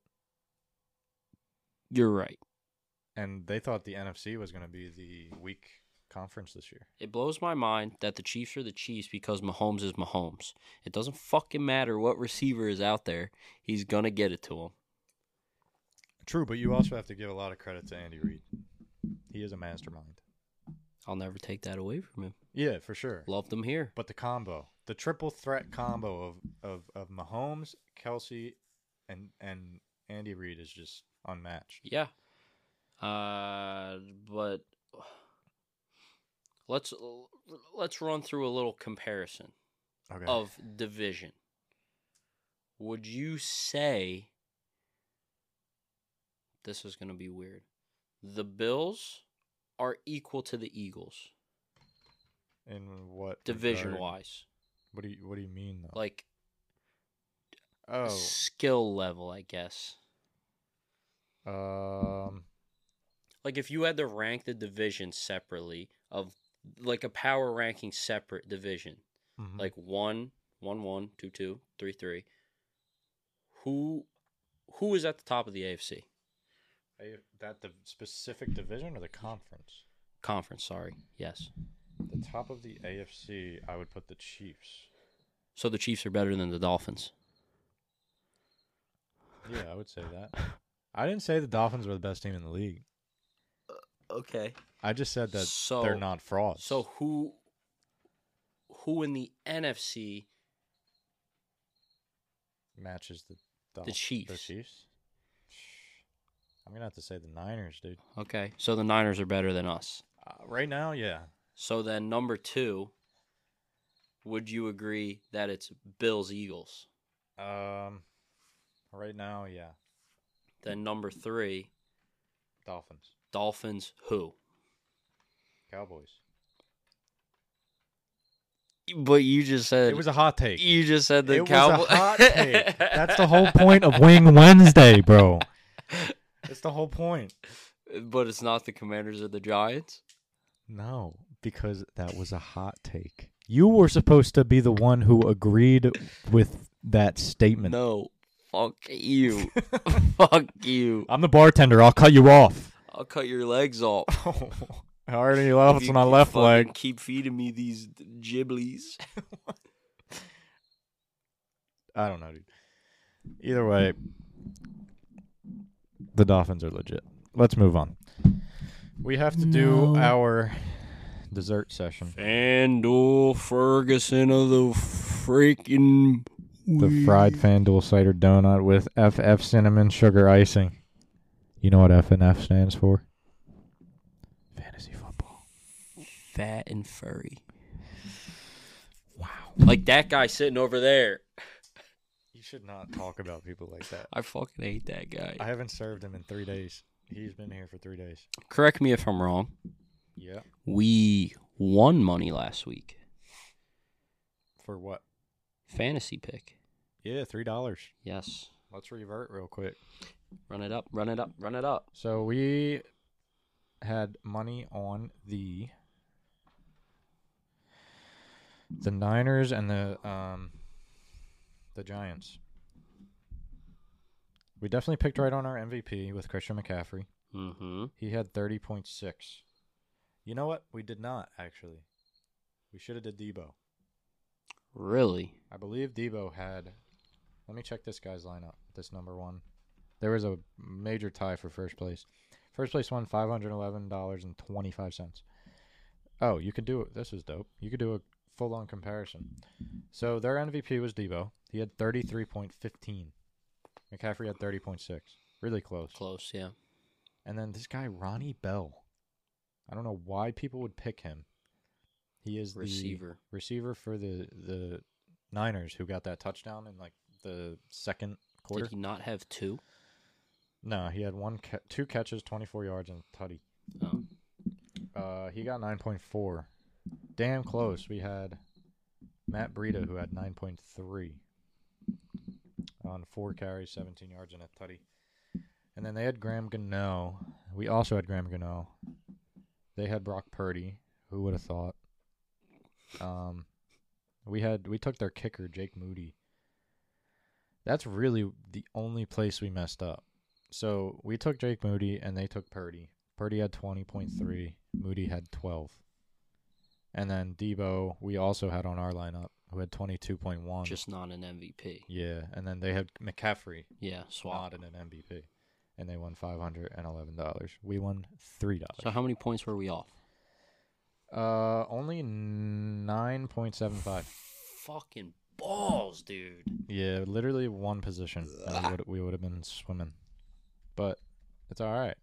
[SPEAKER 2] You're right.
[SPEAKER 1] And they thought the NFC was going to be the weak conference this year.
[SPEAKER 2] It blows my mind that the Chiefs are the Chiefs because Mahomes is Mahomes. It doesn't fucking matter what receiver is out there, he's gonna get it to him.
[SPEAKER 1] True, but you also have to give a lot of credit to Andy Reid. He is a mastermind.
[SPEAKER 2] I'll never take that away from him.
[SPEAKER 1] Yeah, for sure.
[SPEAKER 2] Loved him here.
[SPEAKER 1] But the combo, the triple threat combo of of, of Mahomes, Kelsey, and and Andy Reid is just unmatched.
[SPEAKER 2] Yeah. Uh, but let's let's run through a little comparison
[SPEAKER 1] Okay.
[SPEAKER 2] of division. Would you say this is going to be weird? The Bills are equal to the Eagles
[SPEAKER 1] In what
[SPEAKER 2] division
[SPEAKER 1] regard?
[SPEAKER 2] wise,
[SPEAKER 1] What do you What do you mean though?
[SPEAKER 2] like
[SPEAKER 1] oh,
[SPEAKER 2] skill level, I guess.
[SPEAKER 1] um,
[SPEAKER 2] Like if you had to rank the division separately of like a power ranking separate division,
[SPEAKER 1] mhm.
[SPEAKER 2] like one, one, one, two, two, three, three. Who, who is at the top of the AFC
[SPEAKER 1] I- that the specific division or the conference?
[SPEAKER 2] conference? Sorry, yes.
[SPEAKER 1] The top of the AFC, I would put the Chiefs.
[SPEAKER 2] So the Chiefs are better than the Dolphins.
[SPEAKER 1] Yeah, I would say that. I didn't say the Dolphins were the best team in the league.
[SPEAKER 2] Okay.
[SPEAKER 1] I just said that
[SPEAKER 2] So-
[SPEAKER 1] they're not frauds.
[SPEAKER 2] So who, who in the NFC?
[SPEAKER 1] matches the Dol- The
[SPEAKER 2] Chiefs.
[SPEAKER 1] Chiefs. I'm gonna have to say the Niners, dude.
[SPEAKER 2] Okay, so the Niners are better than us.
[SPEAKER 1] Uh, right now, yeah.
[SPEAKER 2] So then number two. Would you agree that it's Bills Eagles?
[SPEAKER 1] Um, right now, yeah.
[SPEAKER 2] Then number three,
[SPEAKER 1] Dolphins,
[SPEAKER 2] Dolphins who?
[SPEAKER 1] Cowboys.
[SPEAKER 2] But you just said
[SPEAKER 1] It was a hot take.
[SPEAKER 2] You just said the
[SPEAKER 1] it
[SPEAKER 2] Cowboys.
[SPEAKER 1] was a hot take. That's the whole point of Wing Wednesday, bro. That's the whole point.
[SPEAKER 2] But it's not the Commanders or the Giants.
[SPEAKER 1] No, because that was a hot take. You were supposed to be the one who agreed with that statement.
[SPEAKER 2] No, fuck you, fuck you.
[SPEAKER 1] I'm the bartender. I'll cut you off.
[SPEAKER 2] I'll cut your legs off.
[SPEAKER 1] Oh, I already left
[SPEAKER 2] If
[SPEAKER 1] on
[SPEAKER 2] you
[SPEAKER 1] my
[SPEAKER 2] keep
[SPEAKER 1] left
[SPEAKER 2] fucking
[SPEAKER 1] leg.
[SPEAKER 2] Keep feeding me these gibblies.
[SPEAKER 1] I don't know, dude. Either way, the Dolphins are legit. Let's move on. We have to do our dessert session.
[SPEAKER 2] Andor Ferguson of the freaking
[SPEAKER 1] The fried FanDuel cider donut with FF cinnamon sugar icing. You know what F and F stands for? Fantasy football.
[SPEAKER 2] fat and furry. Wow. Like that guy sitting over there.
[SPEAKER 1] He should not talk about people like that.
[SPEAKER 2] I fucking hate that guy.
[SPEAKER 1] I haven't served him in three days. He's been here for three days.
[SPEAKER 2] Correct me if I'm wrong.
[SPEAKER 1] Yeah.
[SPEAKER 2] We won money last week.
[SPEAKER 1] For what?
[SPEAKER 2] Fantasy pick.
[SPEAKER 1] Yeah, three dollars.
[SPEAKER 2] Yes.
[SPEAKER 1] Let's revert real quick.
[SPEAKER 2] Run it up, run it up, run it up.
[SPEAKER 1] So we had money on the the Niners and the um the Giants. We definitely picked right on our MVP with Christian McCaffrey.
[SPEAKER 2] Mm-hmm.
[SPEAKER 1] He had 30.6. You know what? We did not actually. We should have did Debo.
[SPEAKER 2] Really?
[SPEAKER 1] I believe Debo had Let me check this guy's lineup. This number 1. There was a major tie for first place. First place won five hundred eleven dollars and twenty five cents. Oh, you could do it. This is dope. You could do a full on comparison. So their MVP was Debo. He had thirty three point fifteen. McCaffrey had thirty point six. Really close.
[SPEAKER 2] Close, yeah.
[SPEAKER 1] And then this guy Ronnie Bell. I don't know why people would pick him. He is
[SPEAKER 2] Receiver.
[SPEAKER 1] the receiver for the the Niners who got that touchdown in like the second quarter.
[SPEAKER 2] Did he not have two?
[SPEAKER 1] No, he had one ca- two catches, 24 yards and a tutty.
[SPEAKER 2] Oh.
[SPEAKER 1] Uh, he got 9.4. Damn close. We had Matt Breida who had 9.3 on four carries, 17 yards and a tutty. And then they had Graham Gano. We also had Graham Gano. They had Brock Purdy. Who would have thought? Um, we had we took their kicker Jake Moody. That's really the only place we messed up. So we took Jake Moody and they took Purdy. Purdy had 20.3, Moody had 12. And then Debo, we also had on our lineup, who had 22.1.
[SPEAKER 2] Just not an MVP.
[SPEAKER 1] yeah, and then they had McCaffrey,
[SPEAKER 2] Yeah,
[SPEAKER 1] not
[SPEAKER 2] swap.
[SPEAKER 1] in an MVP. And they won $511. We won $3.
[SPEAKER 2] So how many points were we off?
[SPEAKER 1] Uh, only 9.75.
[SPEAKER 2] Fucking balls, dude.
[SPEAKER 1] Yeah, literally one position. and we would we would have been swimming. But it's all right.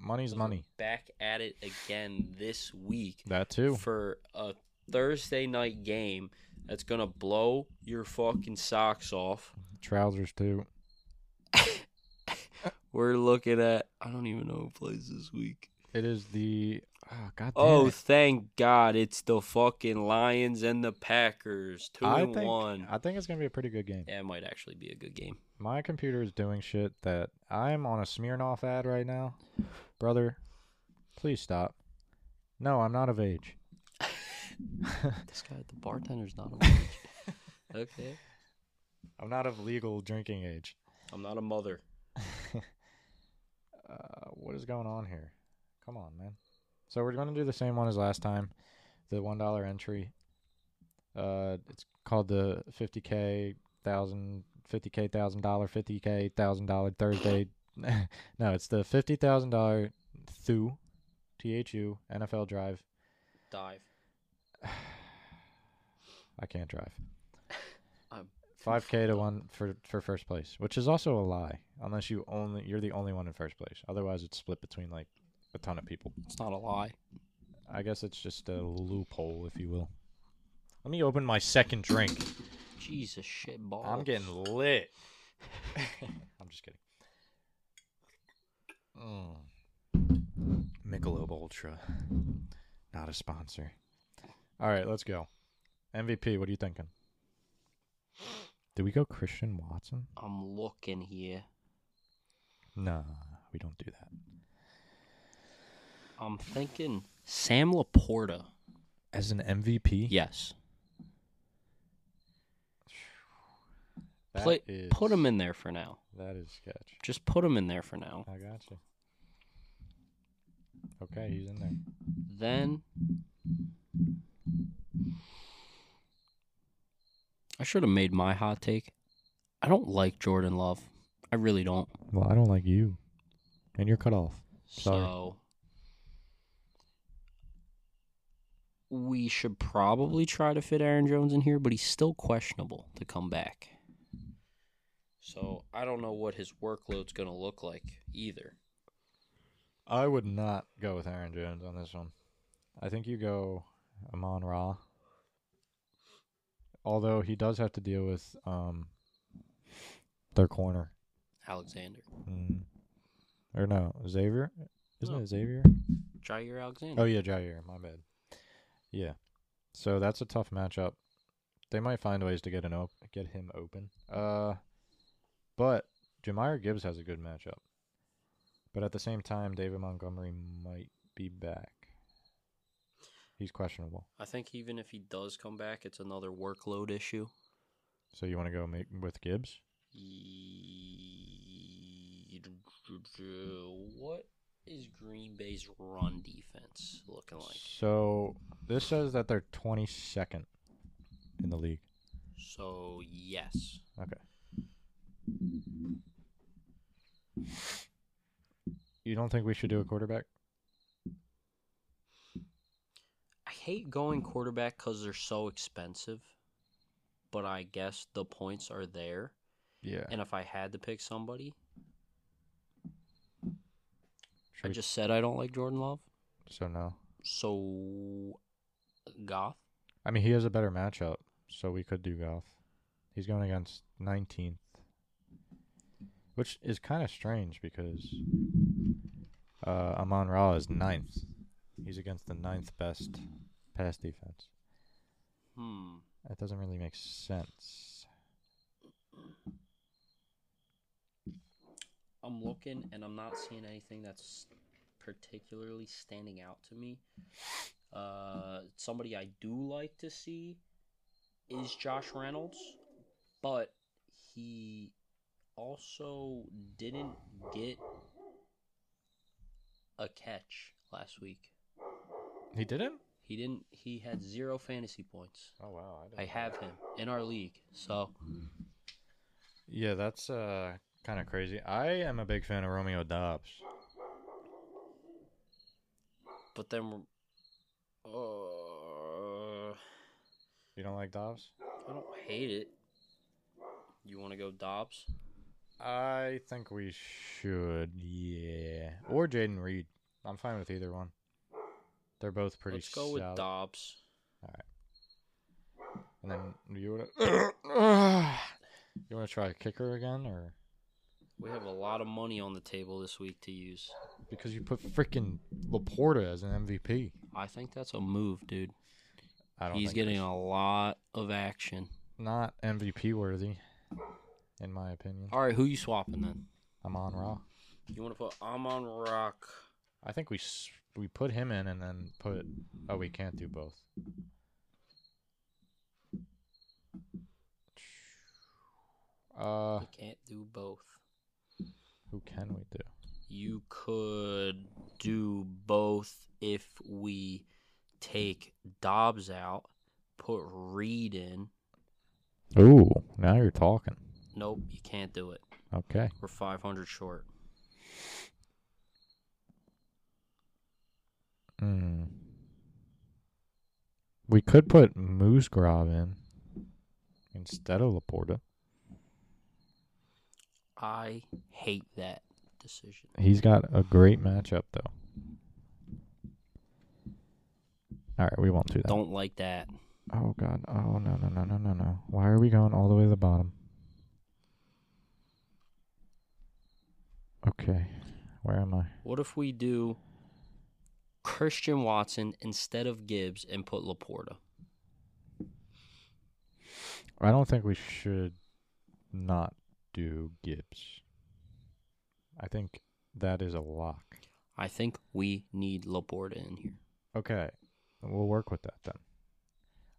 [SPEAKER 1] Money's money.
[SPEAKER 2] Back at it again this week
[SPEAKER 1] That too.
[SPEAKER 2] for a Thursday night game that's gonna blow your fucking socks off.
[SPEAKER 1] Trousers too.
[SPEAKER 2] We're looking at I don't even know who plays this week.
[SPEAKER 1] It is the oh god. Damn
[SPEAKER 2] Oh,
[SPEAKER 1] it.
[SPEAKER 2] thank God it's the fucking Lions and the Packers. Two
[SPEAKER 1] I
[SPEAKER 2] and
[SPEAKER 1] think
[SPEAKER 2] one.
[SPEAKER 1] I think it's gonna be a pretty good game.
[SPEAKER 2] Yeah, it might actually be a good game.
[SPEAKER 1] My computer is doing shit that I'm on a Smirnoff ad right now, brother. Please stop. No, I'm not of age.
[SPEAKER 2] This guy, the bartender's not a mother. okay.
[SPEAKER 1] I'm not of legal drinking age.
[SPEAKER 2] I'm not a mother.
[SPEAKER 1] Uh, what is going on here? Come on, man. So we're gonna do the same one as last time, the one dollar entry. Uh, it's called the fifty k thousand, fifty k thousand dollar, fifty k thousand dollar Thursday. no, it's the fifty thousand dollar thu, t h u NFL drive.
[SPEAKER 2] Dive.
[SPEAKER 1] I can't drive.
[SPEAKER 2] I'm-
[SPEAKER 1] Five k to one for for first place, which is also a lie, unless you only you're the only one in first place. Otherwise, it's split between like a ton of people.
[SPEAKER 2] It's not a lie.
[SPEAKER 1] I guess it's just a loophole, if you will. Let me open my second drink.
[SPEAKER 2] Jesus shit balls.
[SPEAKER 1] I'm getting lit. I'm just kidding. Mm. Michelob Ultra, not a sponsor. All right, let's go. MVP, what are you thinking? Did we go Christian Watson?
[SPEAKER 2] I'm looking here.
[SPEAKER 1] Nah, we don't do that.
[SPEAKER 2] I'm thinking Sam Laporta.
[SPEAKER 1] As an MVP,
[SPEAKER 2] Yes.
[SPEAKER 1] That
[SPEAKER 2] Play,
[SPEAKER 1] is-
[SPEAKER 2] Put him in there for now.
[SPEAKER 1] That is sketch.
[SPEAKER 2] Just put him in there for now.
[SPEAKER 1] I got you. Okay, he's in there.
[SPEAKER 2] Then I should have made my hot take. I don't like Jordan Love. I really don't.
[SPEAKER 1] Well, I don't like you. And you're cut off. Sorry.
[SPEAKER 2] So we should probably try to fit Aaron Jones in here, but he's still questionable to come back. So I don't know what his workload's going to look like either.
[SPEAKER 1] I would not go with Aaron Jones on this one. I think you go Amon Ra. Although he does have to deal with um their corner.
[SPEAKER 2] Alexander.
[SPEAKER 1] Mm. Or no, Xavier? Isn't
[SPEAKER 2] No.
[SPEAKER 1] it Xavier?
[SPEAKER 2] Jair Alexander.
[SPEAKER 1] Oh yeah, Jair. My bad. Yeah. So that's a tough matchup. They might find ways to get an op- get him open. Uh, but Jamire Gibbs has a good matchup. But at the same time, David Montgomery might be back. He's questionable.
[SPEAKER 2] I think even if he does come back, it's another workload issue.
[SPEAKER 1] So you want to go make with Gibbs?
[SPEAKER 2] Ye- What is Green Bay's run defense looking like?
[SPEAKER 1] So this says that they're 22nd in the league.
[SPEAKER 2] So yes,
[SPEAKER 1] Okay. You don't think we should do a quarterback?
[SPEAKER 2] I hate going quarterback because they're so expensive, but I guess the points are there.
[SPEAKER 1] Yeah.
[SPEAKER 2] And if I had to pick somebody,
[SPEAKER 1] Should
[SPEAKER 2] I
[SPEAKER 1] we-
[SPEAKER 2] just said I don't like Jordan Love,
[SPEAKER 1] so no.
[SPEAKER 2] so Goff.
[SPEAKER 1] I mean, he has a better matchup, so we could do Goff. He's going against 19th, which is kind of strange because uh, Amon Ra is ninth. He's against the ninth best pass defense.
[SPEAKER 2] Hmm.
[SPEAKER 1] That doesn't really make sense.
[SPEAKER 2] I'm looking and I'm not seeing anything that's particularly standing out to me. Uh, somebody I do like to see is Josh Reynolds, but he also didn't get a catch last week.
[SPEAKER 1] He didn't?
[SPEAKER 2] He didn't. He had zero fantasy points.
[SPEAKER 1] Oh, wow.
[SPEAKER 2] I have him in our league, so
[SPEAKER 1] Yeah, that's uh, kind of crazy. I am a big fan of Romeo Dobbs.
[SPEAKER 2] but then. Uh,
[SPEAKER 1] You don't like Dobbs?
[SPEAKER 2] I don't hate it. You want to go Dobbs?
[SPEAKER 1] I think we should, yeah. Or Jaden Reed. I'm fine with either one. They're both pretty.
[SPEAKER 2] Let's go with
[SPEAKER 1] solid.
[SPEAKER 2] Dobbs.
[SPEAKER 1] And then you wanna you wanna try a kicker again, or
[SPEAKER 2] We have a lot of money on the table this week to use.
[SPEAKER 1] because you put freaking Laporta as an MVP?
[SPEAKER 2] I think that's a move, dude.
[SPEAKER 1] I don't.
[SPEAKER 2] He's
[SPEAKER 1] think
[SPEAKER 2] getting
[SPEAKER 1] it's
[SPEAKER 2] a lot of action.
[SPEAKER 1] not MVP worthy, in my opinion.
[SPEAKER 2] All right, who you swapping then?
[SPEAKER 1] I'm on Raw.
[SPEAKER 2] You want to put Amon Rock?
[SPEAKER 1] I think we s- we put him in and then put. Oh, we can't do both. Uh,
[SPEAKER 2] I can't do both.
[SPEAKER 1] who can we do?
[SPEAKER 2] You could do both if we take Dobbs out, put Reed in.
[SPEAKER 1] Ooh, now you're talking.
[SPEAKER 2] Nope, you can't do it.
[SPEAKER 1] Okay.
[SPEAKER 2] We're 500 short.
[SPEAKER 1] Hmm. We could put Moosegrove in instead of Laporta.
[SPEAKER 2] I hate that decision.
[SPEAKER 1] He's got a great matchup though. All right, we won't do that.
[SPEAKER 2] Don't like that.
[SPEAKER 1] Oh god. Oh no no no no no no. Why are we going all the way to the bottom? Okay. Where am I?
[SPEAKER 2] What if we do Christian Watson instead of Gibbs and put Laporta?
[SPEAKER 1] I don't think we should not do Gibbs. I think that is a lock.
[SPEAKER 2] I think we need Laporta in here.
[SPEAKER 1] Okay. We'll work with that then.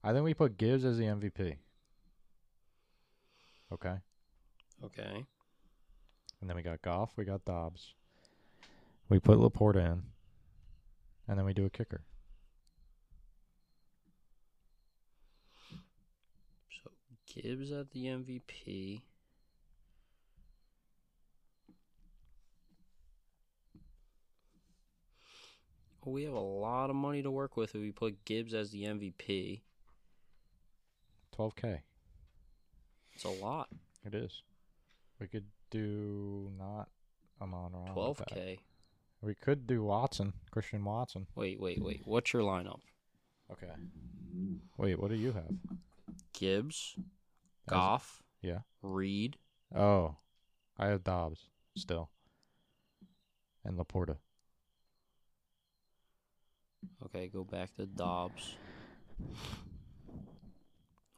[SPEAKER 1] I think we put Gibbs as the MVP. Okay.
[SPEAKER 2] Okay.
[SPEAKER 1] And then we got Goff, we got Dobbs. We put Laporta in. And then we do a kicker.
[SPEAKER 2] So Gibbs at the MVP. We have a lot of money to work with if we put Gibbs as the MVP.
[SPEAKER 1] 12K.
[SPEAKER 2] It's a lot.
[SPEAKER 1] It is. We could do not Amon Ra. with that.
[SPEAKER 2] 12K.
[SPEAKER 1] We could do Watson, Christian Watson.
[SPEAKER 2] Wait, wait, wait. What's your lineup?
[SPEAKER 1] Okay. Wait, what do you have?
[SPEAKER 2] Gibbs, Goff,
[SPEAKER 1] yeah.
[SPEAKER 2] Reed,
[SPEAKER 1] Oh, I have Dobbs still, and Laporta.
[SPEAKER 2] Okay, go back to Dobbs.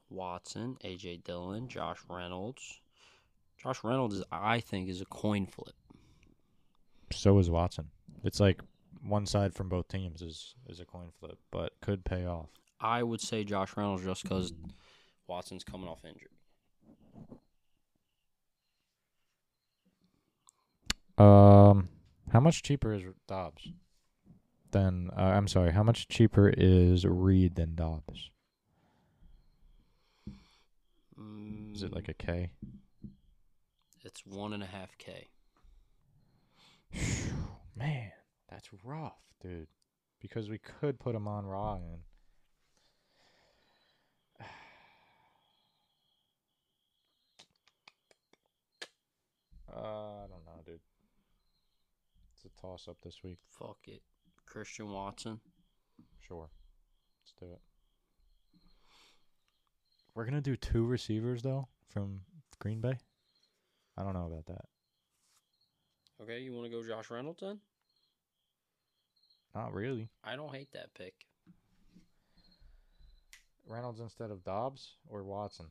[SPEAKER 2] Watson, AJ Dillon, Josh Reynolds. Josh Reynolds is I think is a coin flip.
[SPEAKER 1] So is Watson. It's like one side from both teams is is a coin flip, but could pay off.
[SPEAKER 2] I would say Josh Reynolds just cuz Watson's coming off injury.
[SPEAKER 1] Um, how much cheaper is Dobbs than? Uh, I'm sorry. How much cheaper is Reed than Dobbs? Is it like a K?
[SPEAKER 2] It's one and a half K.
[SPEAKER 1] Man, that's rough, dude. Because we could put him on Ryan. Uh, I don't know, dude. It's a toss up this week.
[SPEAKER 2] Fuck it. Christian Watson.
[SPEAKER 1] Sure. Let's do it. We're going to do two receivers, though, from Green Bay. I don't know about that.
[SPEAKER 2] Okay, you want to go Josh Reynolds then?
[SPEAKER 1] Not really.
[SPEAKER 2] I don't hate that pick.
[SPEAKER 1] Reynolds instead of Dobbs or Watson?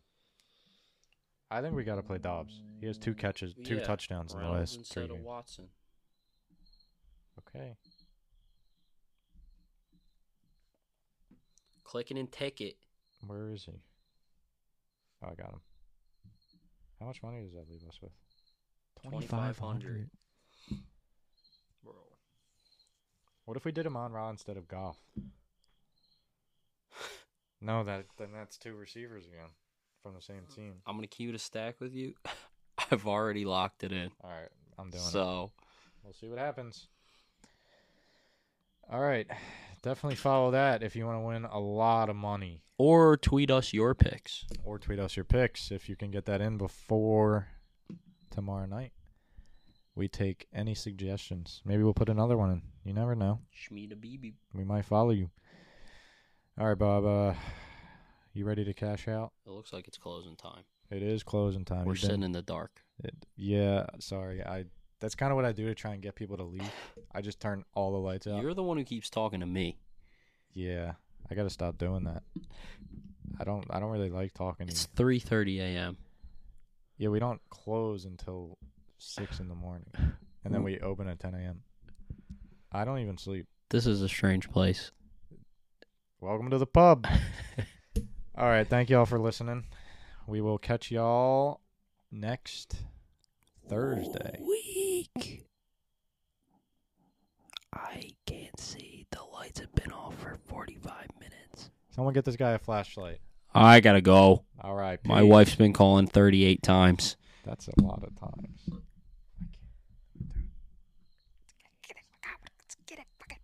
[SPEAKER 1] I think we got to play Dobbs. He has two catches, two
[SPEAKER 2] Yeah,
[SPEAKER 1] touchdowns in the
[SPEAKER 2] Reynolds
[SPEAKER 1] last three
[SPEAKER 2] instead of
[SPEAKER 1] games.
[SPEAKER 2] Watson.
[SPEAKER 1] Okay.
[SPEAKER 2] Clicking and take it.
[SPEAKER 1] Where is he? Oh, I got him. How much money does that leave us with?
[SPEAKER 2] 2500. Bro.
[SPEAKER 1] What if we did him on Ra instead of Goff? No, that then that's two receivers again from the same team.
[SPEAKER 2] I'm going to keep it a stack with you. I've already locked it in.
[SPEAKER 1] All right, I'm doing it.
[SPEAKER 2] So,
[SPEAKER 1] We'll see what happens. All right, definitely follow that if you want to win a lot of money.
[SPEAKER 2] or tweet us your picks.
[SPEAKER 1] or tweet us your picks if you can get that in before tomorrow night. We take any suggestions. Maybe we'll put another one in. You never know.
[SPEAKER 2] Shmita BB.
[SPEAKER 1] We might follow you. All right, Bob. Uh, you ready to cash out?
[SPEAKER 2] It looks like it's closing time.
[SPEAKER 1] It is closing time.
[SPEAKER 2] We're
[SPEAKER 1] You've been-
[SPEAKER 2] sitting in the dark.
[SPEAKER 1] it- yeah. Sorry. I. That's kind of what I do to try and get people to leave. I just turn all the lights out.
[SPEAKER 2] You're the one who keeps talking to me.
[SPEAKER 1] yeah. I gotta stop doing that. I don't. I don't really like talking. To you.
[SPEAKER 2] It's 3:30 a.m.
[SPEAKER 1] Yeah, we don't close until six in the morning, and then we open at ten a.m. I don't even sleep.
[SPEAKER 2] This is a strange place.
[SPEAKER 1] Welcome to the pub. all right, thank y'all for listening. We will catch y'all next Thursday.
[SPEAKER 2] Week. I can't see. The lights have been off for 45 minutes.
[SPEAKER 1] Someone get this guy a flashlight.
[SPEAKER 2] I gotta go.
[SPEAKER 1] All right,
[SPEAKER 2] My
[SPEAKER 1] peace.
[SPEAKER 2] wife's been calling 38 times.
[SPEAKER 1] That's a lot of times.
[SPEAKER 3] Get it, fuck out. Let's get it, fuck out.